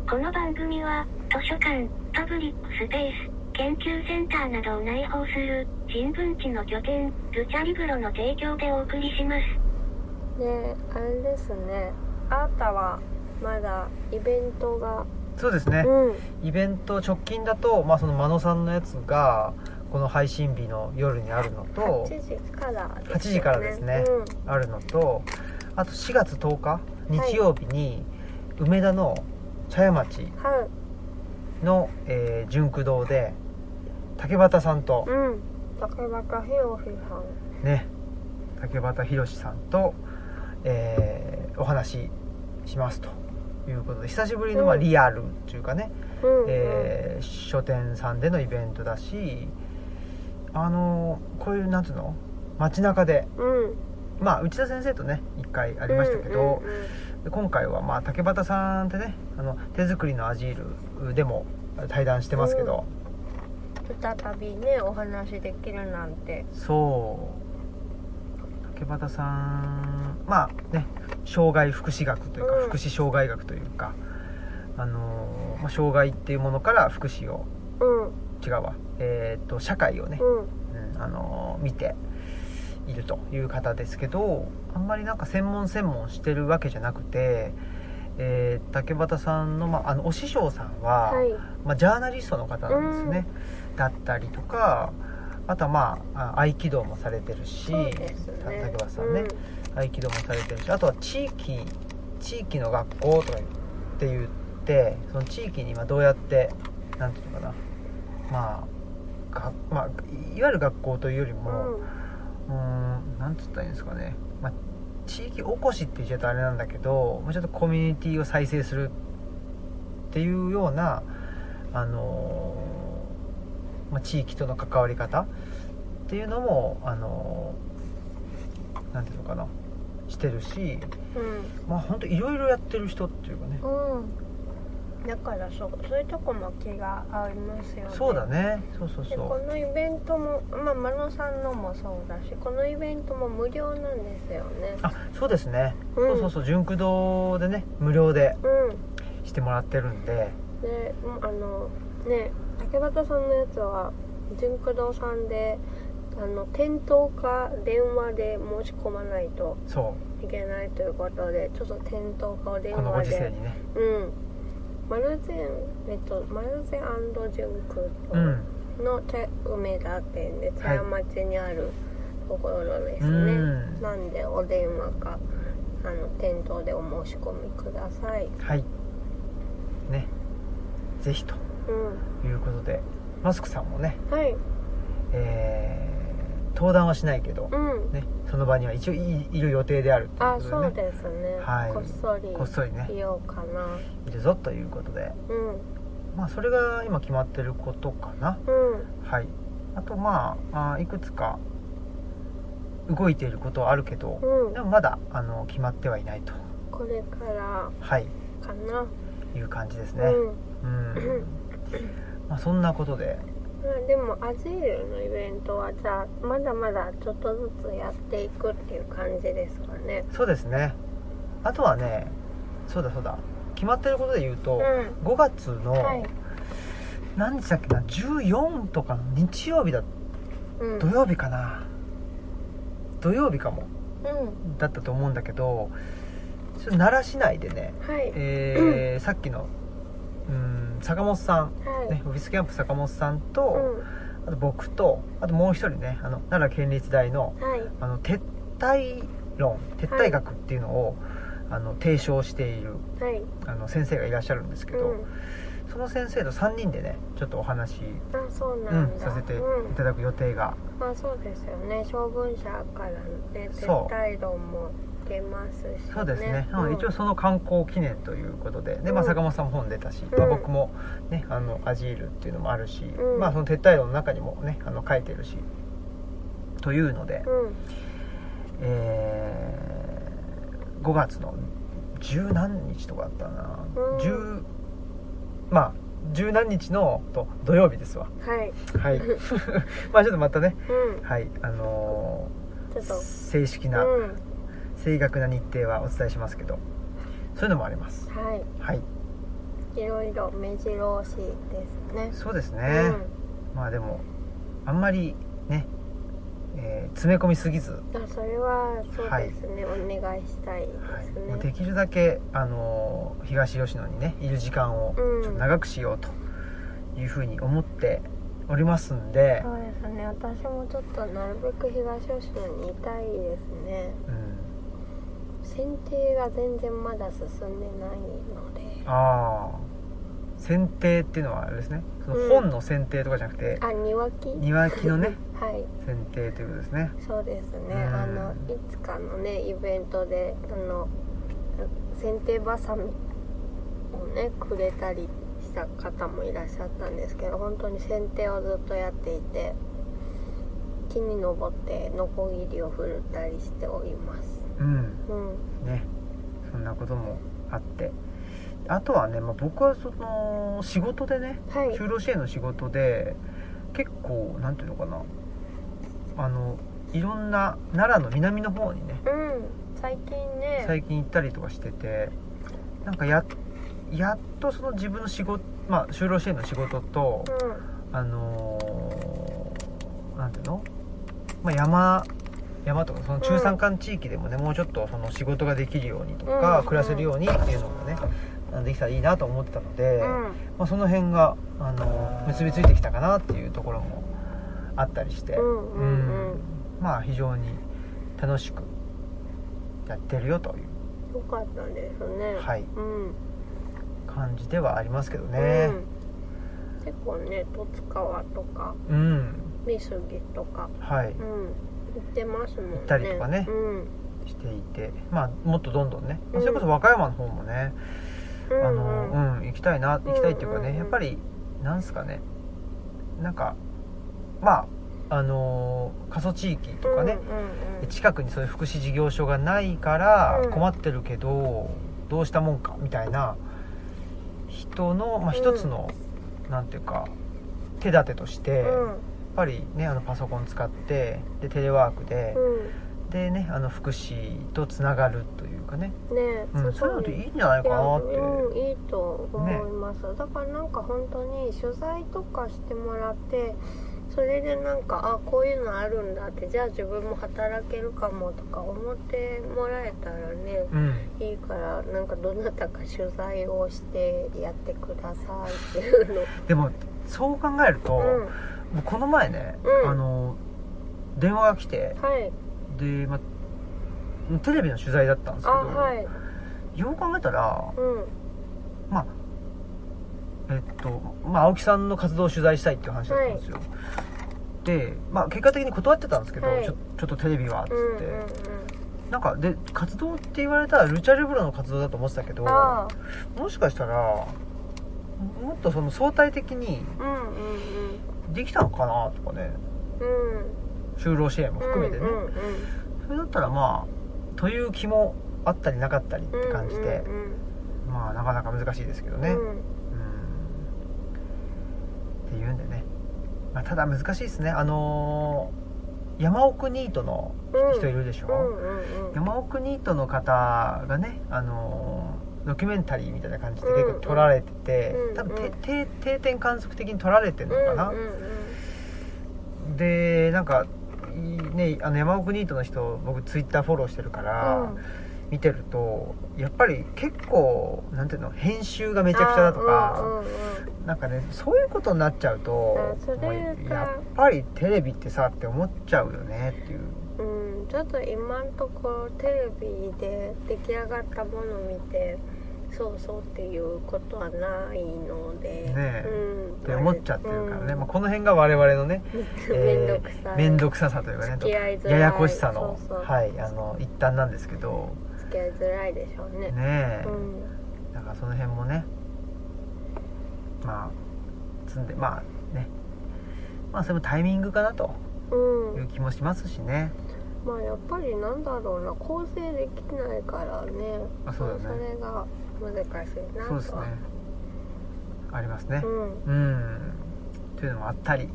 S3: この番組は図書館、パブリックスペース、研究センターなどを内包する人文地の拠点、ルチャリブロの提供でお送りします。
S2: であれですねあなたはまだイベントが
S1: そうですね
S2: う、ん
S1: イベント直近だと、まあ、その真野さんのやつがこの配信日の夜にあるのと
S2: 8時からです、ね、
S1: 8時からですね
S2: うん、
S1: あるのとあと4月10日日曜日に梅田の茶屋町
S2: はい
S1: の、えー、純駆堂で竹端さんと
S2: うん竹中博史さん
S1: ね竹端宏さんと、えーお話ししますということで久しぶりのまあ
S2: うん
S1: リアルっていうかね、
S2: うんうん
S1: えー書店さんでのイベントだしあのこういうなんつうの街中で
S2: うん
S1: まあ内田先生とね一回あ
S2: あ
S1: りましたけど、で今回はまあ竹俣さんってねあの手作りのアジールでも対談してますけど、
S2: 再びねお話できるなんて
S1: そう竹俣さんまあね障害福祉学というか、
S2: うん
S1: 福祉障害学というかあのーまあ、障害っていうものから福祉を
S2: うん
S1: 違うわえっ、と社会をね、
S2: うん
S1: うんあのー見ているという方ですけどあんまりなんか専門専門してるわけじゃなくて、えー竹俣さんの,、まあ、あのお師匠さんは、
S2: はい
S1: まあ、ジャーナリストの方なんですね、だったりとかあとはまああ合気道もされてるし、
S2: そうですね
S1: た竹俣さんね、合気道もされてるしあとは地域地域の学校とか言って言ってその地域に今どうやってなんていうのかなまあがまあ、いわゆる学校というより
S2: う
S1: も、
S2: ん
S1: うーん、なんつったらいいんですかね、まあ、地域おこしって言っちゃうとあれなんだけど、まあ、ちょっとコミュニティを再生するっていうような、あのーまあ、地域との関わり方っていうのも、あのーなんていうのかなしてるし、
S2: うん
S1: まあ、本当いろいろやってる人っていうかね、
S2: うん、うん、だからそうそういうとこも気が合いますよね
S1: そうだねそうそう
S2: でこ
S1: そう
S2: のイベントもまあ真野さんのもそうだしこのイベントも無料なんですよね
S1: あそうですね、
S2: うん
S1: そうそうそう純駆堂でね無料で
S2: うん
S1: してもらってるんで
S2: でもうあのね竹俣さんのやつは純駆動さんであの店頭か電話で申し込まないと
S1: そう
S2: いけないということでちょっと店頭かを電
S1: このご
S2: 話
S1: 時世
S2: で
S1: にね
S2: うんマルゼンえっとマルゼン純駆
S1: うん
S2: 動の茶梅田店で茶屋町にあるところです
S1: う
S2: ね、
S1: ん
S2: なんでお電話かあの店頭でお申し込みください
S1: はいねぜひと
S2: うん
S1: いうことでマスクさんもね、
S2: はい
S1: えー登壇はしないけど、
S2: うん
S1: ね、その場には一応いいる予定であるという
S2: あ
S1: ことで、ね、
S2: そうですね、
S1: はい
S2: こっそり
S1: こっそりね
S2: いようかない
S1: るぞということで
S2: うん
S1: まあそれが今決まってることかな
S2: うん
S1: はいあとまああーいくつか動いていることはあるけど
S2: うん
S1: でもまだあの決まってはいないと
S2: これから
S1: はい
S2: かな、
S1: いう感じです
S2: う
S1: ね
S2: ん
S1: うん、まあ、そんなことで
S2: まあでもアジールのイベントはじゃあまだまだちょっとずつやっていくっていう感じですかね
S1: そうですねあとはねそうだそうだ決まってることで言うと、
S2: う
S1: 5月
S2: んはい
S1: の何日だっけな14とかの日曜日だ
S2: うん
S1: 土曜日かな土曜日かも
S2: うん
S1: だったと思うんだけどそれ奈良市内でね、
S2: はい
S1: えーさっきのうん坂本さん、
S2: はい、
S1: ね、オフィスキャンプ坂本さん
S2: う
S1: と、
S2: ん
S1: あと僕とあともう一人ねあの奈良県立大の
S2: はい
S1: あの撤退論撤退学っていうのを、あの提唱している
S2: はい
S1: あの先生がいらっしゃるんですけど、
S2: うん
S1: その先生と3人でねちょっとお話、
S2: あそう
S1: う
S2: なん
S1: ん、
S2: だ、
S1: させてい
S2: うん
S1: ただく予定が、
S2: まあそうですよね小文社からね
S1: そう
S2: 撤退論も出ますし、ね、
S1: そうですねなので
S2: うん
S1: 一応その観光記念ということでで、
S2: うん
S1: まあ、坂本さんも本出たし、
S2: うん
S1: まあ、僕も、ね、あのアジールっていうのもあるし、
S2: うん
S1: まあ、その撤退論の中にもねあの書いてるしというので、
S2: うん
S1: えー5月の十何日とかあったな、
S2: うん
S1: 十まあ十何日のと土曜日ですわ
S2: はい、
S1: はい まあちょっとまたね
S2: う
S1: はいあの
S2: ん、ちょっと、
S1: 正式な
S2: うん、
S1: 正確な日程はお伝えしますけどそういうのもあります
S2: は
S1: はい
S2: い、いろいろ目白押しですね。
S1: そうですね、
S2: う
S1: まあでもあんまりね、えー詰め込みすぎず、
S2: ん、あ、それはそうですね、お願いしたいで
S1: はい
S2: す
S1: もう
S2: ね。
S1: できるだけ、あのー東吉野にねいる時間を
S2: うん
S1: ちょっと長くしようというふうに思っておりますんで
S2: そ、うですね、私もちょっとなるべく東吉野にいたいですね。
S1: うん、
S2: 剪定が全然まだ進んでないので、
S1: ああ剪定っていうのはあれですねその
S2: うん
S1: 本の剪定とかじゃなくて、
S2: あ、庭木。
S1: 庭木のね
S2: はい。
S1: 剪定ということですね
S2: そうですね、
S1: うん
S2: あのいつかのねイベントであの剪定バサミをねくれたりした方もいらっしゃったんですけど本当に剪定をずっとやっていて木に登ってノコギリを振ったりしております
S1: うん
S2: うん
S1: ねそんなこともあってあとはね、まあ、僕はその仕事でね
S2: はい
S1: 就労支援の仕事で結構なんていうのかなあのいろんな奈良の南の方にね
S2: うん最近ね
S1: 最近行ったりとかしててなんかややっとその自分の仕事、まあ、就労支援の仕事と、
S2: う
S1: あのーなんていうの、まあ、山山とかその中山間地域でもね、もうちょっとその仕事ができるようにとか、
S2: うん
S1: 暮らせるようにっていうのがねあのできたらいいなと思ってたので、
S2: ん、
S1: まあ、その辺が、あのー結びついてきたかなっていうところもあったりして、
S2: うんうんうん
S1: まあ非常に楽しくやってるよという
S2: うん、よかったですね
S1: はい
S2: うん
S1: 感じではありますけど
S2: う
S1: ね
S2: ん、結構ね十津川とか
S1: うん、
S2: 美杉とか、
S1: はい
S2: うん、行ってますもんね
S1: 行ったりとかね
S2: うん、うん
S1: していてまあもっとどんどんね、
S2: うん
S1: それこそ和歌山の方もね、
S2: うん、
S1: あのうん行きたいな行きたいっていうかね、
S2: うんうんうん
S1: やっぱりなんすかねなんかまああのー過疎地域とかね、
S2: うんうんうん、
S1: 近くにそういう福祉事業所がないから
S2: うん
S1: 困ってるけど、どうしたもんかみたいな人の、まあ、
S2: うん
S1: 一つの、なんていうか手立てとして、
S2: う
S1: やっ
S2: ん
S1: ぱりねあのパソコン使ってでテレワークで、でねあの福祉とつながるというかね、
S2: うん、ね
S1: うん、そういうのっていいんじゃない
S2: い
S1: か
S2: や
S1: なって、
S2: うん、いいと思います、だからなんか本当に取材とかしてもらってそれでなんかあこういうのあるんだってじゃあ自分も働けるかもとか思ってもらえたらね
S1: うん
S2: いいからなんかどなたか取材をしてやってくださいっていうの
S1: でも そう考えると、
S2: うん
S1: 僕この前ね、
S2: うん
S1: あの電話が来て
S2: はい
S1: で、ま、テレビの取材だったんです
S2: あ
S1: けど、
S2: はい
S1: よう考えたら
S2: うん
S1: まあえっと、まあ、青木さんの活動を取材したいっていう話だったんですよ、で、まあ、結果的に断ってたんですけど、
S2: はい
S1: ちょちょっとテレビはっつって、
S2: うんうん
S1: なんかで活動って言われたらルチャリブロの活動だと思ってたけ
S2: う
S1: ど
S2: んああ
S1: もしかしたらもっとその相対的に
S2: うんうん
S1: できたのかなとかね
S2: う
S1: 就
S2: んうん
S1: 労支援も含めてね、
S2: うんうんうん
S1: それだったらまあという気もあったりなかったりって感じで、
S2: うんうん
S1: まあなかなか難しいですけど
S2: うん
S1: ね、
S2: うん
S1: うんっていうんでね、まあ、ただ難しいですねあのー山奥ニートの人いるでしょ、
S2: うんうんうん
S1: 山奥ニートの方がねあのードキュメンタリーみたいな感じで
S2: うん
S1: 結構撮られてて、
S2: うん
S1: 多分
S2: うん
S1: 定定点観測的に撮られてるのかな、
S2: うんうんうん
S1: でなんかいねあの山奥ニートの人僕ツイッターフォローしてるから、
S2: うん
S1: 見てるとやっぱり結構なんていうの編集がめちゃくちゃだとか、
S2: うんうんうん
S1: なんかねそういうことになっちゃうと
S2: あそれ
S1: もう
S2: が
S1: やっぱりテレビってさって思っちゃうよねっていう
S2: うん、ちょっと今のところテレビで出来上がったものを見てそうそうっていうことはないので、
S1: ねえ
S2: うん、
S1: って思っちゃってるからね、
S2: うん
S1: まあ、この辺が我々のね
S2: めんどくさい
S1: 面倒くささというかね
S2: 付き合いづらい
S1: ややこしさの
S2: そうそう
S1: はい、あの一端なんですけど
S2: 付き合いづらいでしょうね
S1: ねえ、
S2: うん
S1: なんかその辺もねまあ積んでまあねまあそれもタイミングかなと
S2: うん
S1: いう気もしますしね、
S2: まあやっぱりなんだろうな構成できないからね
S1: あそうだね
S2: まあそれが難しいなと
S1: そうですねありますね、
S2: うん
S1: うんというのもあったり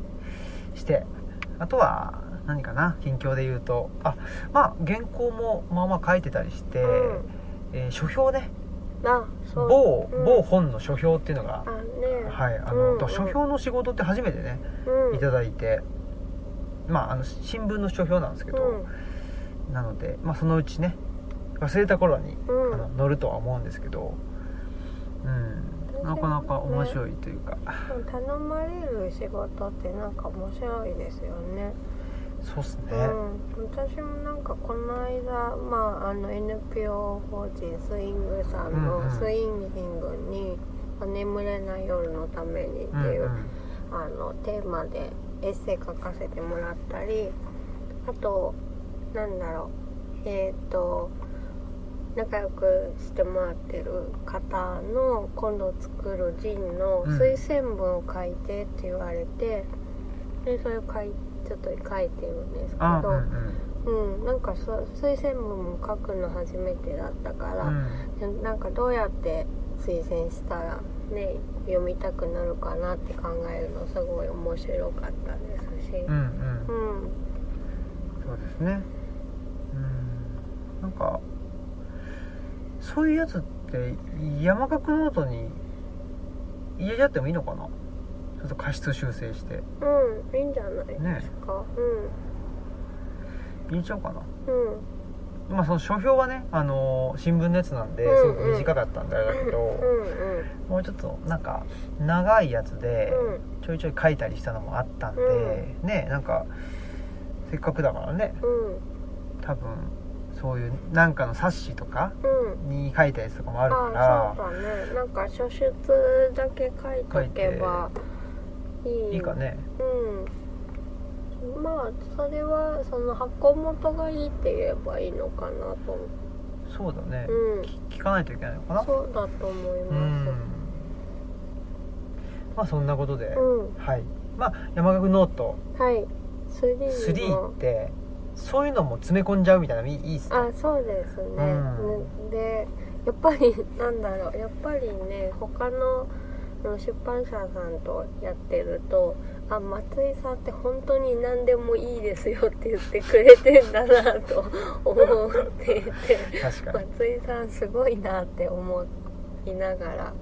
S1: してあとは何かな近況で言うとあまあ原稿もまあまあ書いてたりして、
S2: うん
S1: えー書評ね
S2: あそう
S1: 某,、
S2: うん
S1: 某本の書評っていうのが
S2: あ、ね
S1: はいあ
S2: うん
S1: の、
S2: うん
S1: と書評の仕事って初めてね
S2: うん
S1: いただいて、まああの新聞の書評なんですけ
S2: うん
S1: ど、なので、まあ、そのうちね忘れた頃に、
S2: うん
S1: あの乗るとは思うんですけどうんなかなか面白いというか、
S2: 頼まれる仕事ってなんか面白いですよね。
S1: そうっすね、
S2: うん、私もなんかこの間、まあ、あの NPO 法人スイングさん
S1: うんうん
S2: のスインギングに「眠れない夜のために」っていう、
S1: んん
S2: あのテーマでエッセイ書かせてもらったりあとなんだろうえっ、と仲良くしてもらってる方の今度作るジンの推薦文を書いてって言われて、でそれを書いちょっと書いてるんですけ
S1: あ
S2: ど、うん、なんかそ推薦文も書くの初めてだったか
S1: う
S2: ら、
S1: ん
S2: でなんかどうやって推薦したらね読みたくなるかなって考えるのすごい面白かったですし、
S1: うんうん
S2: う
S1: うん
S2: ん
S1: そうですねうんなんかそういうやつって山岳ノートに入れちゃってもいいのかなちょっと過失修正して
S2: うん、いいんじゃないですか、
S1: 入れちゃおうかな
S2: うんうん
S1: まあその書評はね、あのー新聞のやつなんで
S2: うんうん
S1: すごく短かったんであれだけど、
S2: うんうん
S1: もうちょっとなんか長いやつで
S2: う
S1: ちょいちょい書いたりしたのもあったんで、
S2: う
S1: ねなんかせっかくだからね
S2: んうん
S1: 多分そういうなんかの冊子とか
S2: うん
S1: に書いたやつとかもあ
S2: あ
S1: るか
S2: あ
S1: ら
S2: そうだねなんか書出だけ書いとけばいい
S1: いいかね
S2: うんまあそれはその箱元がいいって言えばいいのかなと思う
S1: そうだね、
S2: うん
S1: 聞かないといけないのかな
S2: そうだと思いうます
S1: んまあそんなことで、
S2: うん、
S1: はいまあ山岳ノート
S2: はい3
S1: 3っ
S2: も
S1: てそういうのも詰め込んじゃうみたいなのいいいいっすね
S2: あそうですね、
S1: う
S2: でやっぱりなんだろうやっぱりね他のあの出版社さんとやってるとあ松井さんって本当に何でもいいですよって言ってくれてんだなと思っていて
S1: 確かに
S2: 松井さんすごいなって思いながら、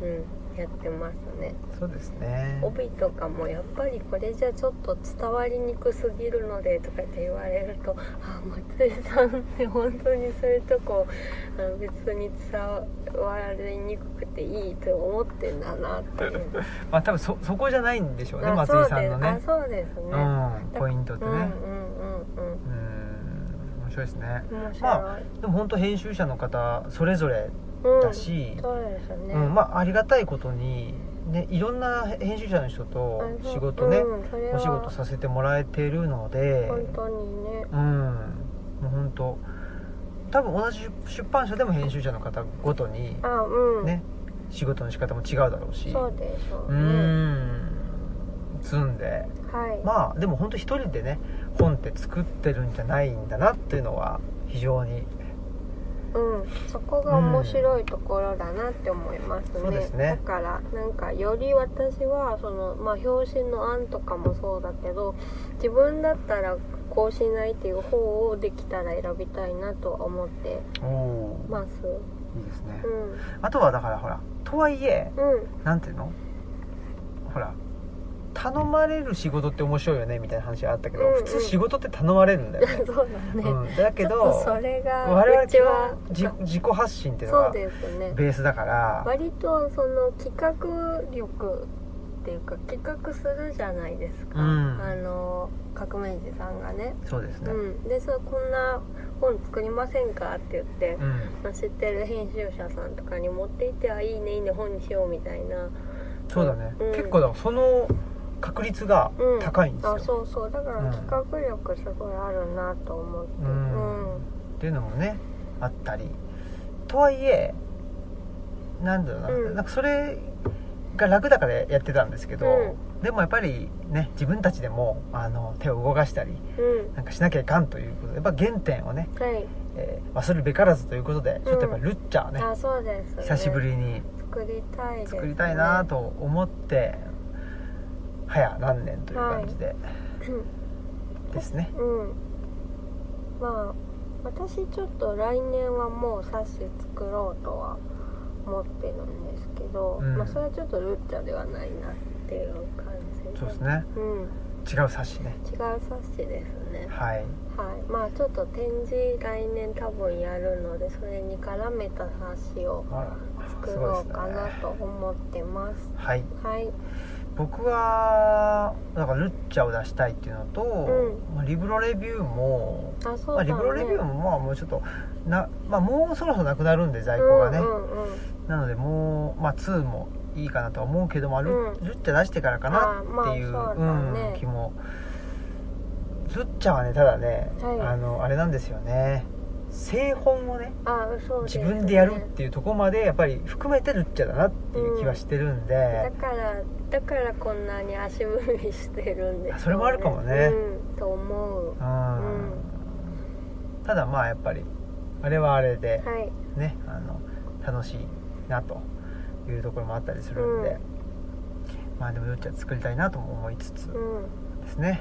S2: うん、やってますね
S1: そうですね
S2: 帯とかもやっぱりこれじゃちょっと伝わりにくすぎるのでとかって言われるとあ松井さんって本当にそういうとこあの別に伝わりにくくていいと思ってんだなっていう、
S1: まあ多分そそこじゃないんでしょうね
S2: あ
S1: 松
S2: そ
S1: 井
S2: う
S1: さんの
S2: であ
S1: ね
S2: そうです
S1: う
S2: ね、
S1: んポイントって
S2: うん、う
S1: ね
S2: んうん
S1: うん面白いですね
S2: うん面白い、
S1: までも本当編集者の方それぞれ
S2: うん
S1: だし、
S2: そうですね、
S1: うん、まあありがたいことに、ね、いろんな編集者の人と
S2: あそう
S1: 仕事ね、
S2: うんそれは
S1: お仕事させてもらえてるので
S2: 本当にね
S1: うんもう本当多分同じ出版社でも編集者の方ごとに
S2: あうん、
S1: ね仕事の仕方も違うだろうし
S2: そうでしょ
S1: う
S2: うね、
S1: ん積んで
S2: はい、
S1: まあでも本当一人でね本って作ってるんじゃないんだなっていうのは非常に
S2: うん、そこが面白いところだなって思いますね,、
S1: うんそうですね
S2: だからなんかより私はその、まあ、表紙の案とかもそうだけど自分だったらこうしないっていう方をできたら選びたいなとは思って
S1: おお
S2: ます
S1: いいですね
S2: うん
S1: あとはだからほらとはいえ
S2: うん
S1: なんていうのほら頼まれる仕事って面白いよねみたいな話あったけど、
S2: うんうん
S1: 普通仕事って頼まれるんだよね、
S2: そうだ ね、
S1: うん、だけ
S2: ち
S1: ど
S2: ょっとそれが
S1: 我々
S2: うち
S1: 基
S2: は
S1: 本じ自己発信っていうの
S2: そう
S1: が
S2: ですね
S1: ベースだから
S2: 割とその企画力っていうか企画するじゃないですか、
S1: うん
S2: あの革命児さんがね
S1: そうですね
S2: うん、でそうこんな本作りませんかって言って
S1: う、ん、
S2: 知ってる編集者さんとかに持っていってあいいねいいね本にしようみたいな
S1: そうだね、
S2: うん
S1: 結構だからその確率が
S2: うん
S1: 高いんですよ、
S2: あそうそうだから
S1: うん
S2: 企画力すごいあるなと思って
S1: う
S2: うんん、
S1: っていうのもねあったりとはいえなんだろうな,、
S2: うん
S1: なんかそれが楽だからやってたんですけど、
S2: う
S1: でもやっぱりね自分たちでもあの手を動かしたり
S2: うん
S1: なんかしなきゃいかんということでやっぱ原点をね、
S2: はい、
S1: えー忘るべからずということでちょっとやっぱルッチャーね、
S2: あそうです、ね、
S1: 久しぶりに
S2: 作りたいです、ね、
S1: 作りたいなと思って早何年という感じでですね、
S2: うんまあ私ちょっと来年はもう冊子作ろうとは思ってるんですけど、
S1: うん
S2: まあそれはちょっとルッチャではないなっていう感じ
S1: そうですね
S2: うん
S1: 違う冊子ね
S2: 違う冊子ですね
S1: はい
S2: はいまあちょっと展示来年多分やるのでそれに絡めた冊子を
S1: あら
S2: 作
S1: すごいで
S2: ろ
S1: す
S2: う
S1: ね
S2: かなと思ってます
S1: はい
S2: はい
S1: 僕はだからルッチャを出したいっていうのと、
S2: う
S1: まあリブロレビューも、
S2: あそう
S1: まあ、
S2: だね
S1: リブロレビューもまあもうちょっとな、まあ、もうそろそろなくなるんで在庫がね、
S2: うんうんうん
S1: なのでもう、まあ、2もいいかなとは思うけども、ル
S2: うん
S1: ルッチャ出してからかなっていう,、
S2: あまあそうだね
S1: ん、気もルッチャはねただね、
S2: はい
S1: あのあれなんですよね製本をね
S2: あそうで
S1: 自
S2: すね
S1: 分でやるっていうところまでやっぱり含めてルッチャだなっていう気はしてるんで、
S2: だからだからこんなに足踏みしてるんですよ、
S1: あそれもあるかもね
S2: うん、と思う
S1: う
S2: は
S1: んただまあやっぱりあれはあれで
S2: い
S1: ねあの楽しいなというところもあったりするんで、まあでもルッチャ作りたいなとも思いつつ
S2: うん
S1: ですね、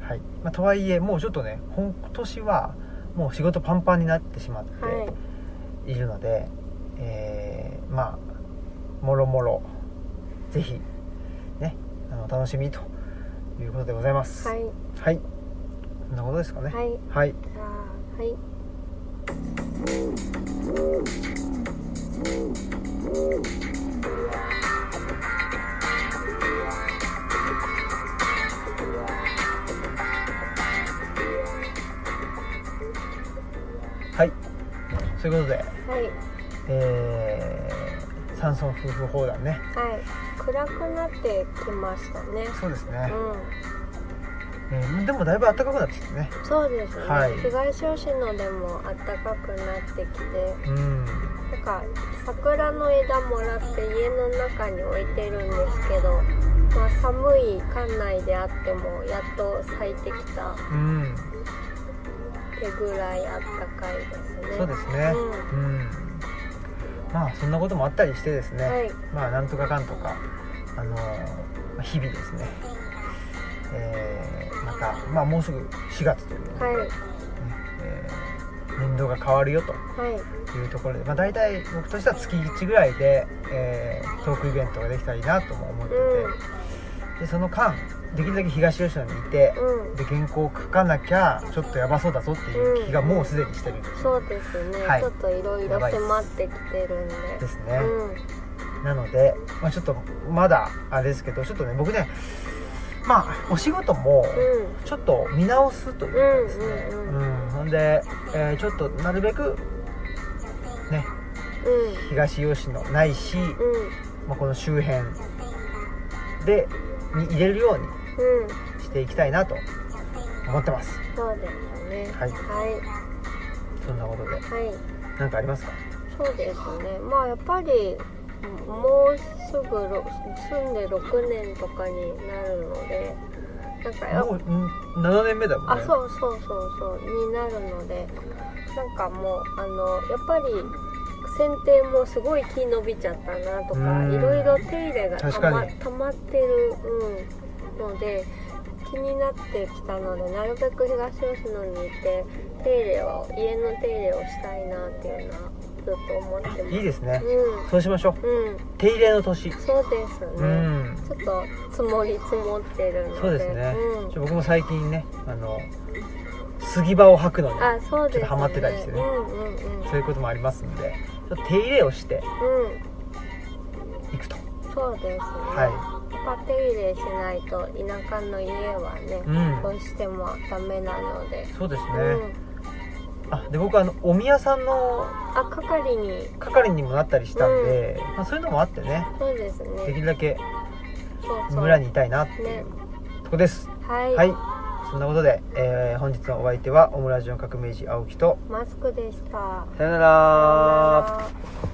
S1: はいまあ、とはいえもうちょっとね今年はもう仕事パンパンになってしまっ
S2: はい
S1: ているので、えーまあもろもろぜひねあの楽しみということでございます
S2: はい
S1: はいそんなことですかね
S2: はい
S1: はい、
S2: じゃあはい
S1: はい、そういうことで
S2: はい
S1: えー、山村夫婦砲弾ね
S2: はい暗くなってきましたね
S1: そうですね、
S2: う
S1: えーでもだいぶ暖かくなってきてね
S2: んそうですね、
S1: はい
S2: 東小市のでも暖かくなってき
S1: う
S2: て
S1: ん
S2: なんか桜の枝もらって家の中に置いてるんですけど、まあ、寒い館内であってもやっと咲いてきたっ
S1: うん
S2: てぐらいあったかいですね
S1: そうですね
S2: う
S1: うん、まあそんなこともあったりしてですね、
S2: はい
S1: まあなんとかかんとかあのーまあ日々ですねえーまたまあもうすぐ4月という、ね
S2: はいはい
S1: えー年度が変わるよというところで、まあ、大体僕としては月1ぐらいで、えートークイベントができたらいいなとも思ってて、でその間できるだけ東吉野にいて、
S2: うんうん
S1: で原稿を書かなきゃちょっとヤバそうだぞっていう気がもうすでにしてるんです,、
S2: そうですね、
S1: はい
S2: ちょっといろいろ迫ってきてるんで
S1: ですね、
S2: うん
S1: なので、まあ、ちょっとまだあれですけどちょっとね僕ねまあお仕事も
S2: うん
S1: ちょっと見直すというかですね
S2: う
S1: うんん
S2: うん
S1: ほんで、えーちょっとなるべくね東吉野ないし、
S2: うんうん
S1: まあ、この周辺でに入れるように
S2: うん
S1: していきたいなと思ってます
S2: そうですね
S1: はい
S2: はい
S1: そんなことで
S2: はい
S1: 何かありますか
S2: そうですねまあやっぱりもうすぐろ住んで6年とかになるのでなんかやっ
S1: もうん7年目だもん
S2: あ
S1: ね
S2: そうそうそうそうになるのでなんかもうあのやっぱり剪定もすごい木伸びちゃったなとか
S1: うん
S2: いろいろ手入れがたま
S1: 確かに
S2: たまってる、うん、ので気になってきたのでなるべく東吉野にいて手入れを家の手入れをしたいなっていうのはずっと思ってます。
S1: いいですね
S2: う、
S1: そうしましょうん
S2: うん、
S1: 手入れの年
S2: そうですね、
S1: うん
S2: ちょっと積もり積もってるので
S1: そうですね、
S2: うん
S1: ちょ僕も最近ねあの杉場を履くのに
S2: あそう
S1: ちょっ
S2: ですね
S1: とハマってたりしてね
S2: うんうんうん
S1: そういうこともありますんでちょっと手入れをして
S2: う
S1: いくと
S2: んそうですね、
S1: は
S2: まあ手入れしないと田舎の家はね、
S1: うん
S2: どうしてもダメなので、
S1: いそうですね、
S2: うん、
S1: あで僕あのお宮さんの
S2: あ係に
S1: 係にもなったりしたんで、まあ、そういうのもあってね
S2: そうです
S1: でき
S2: ね
S1: るだけ
S2: そうそう
S1: 村にいたいなってい
S2: ね
S1: うとこです
S2: はい、
S1: はいそんなことで、えー本日のお相手はオムラジオの革命児青木と
S2: マスクでした
S1: さよなら
S2: さよなら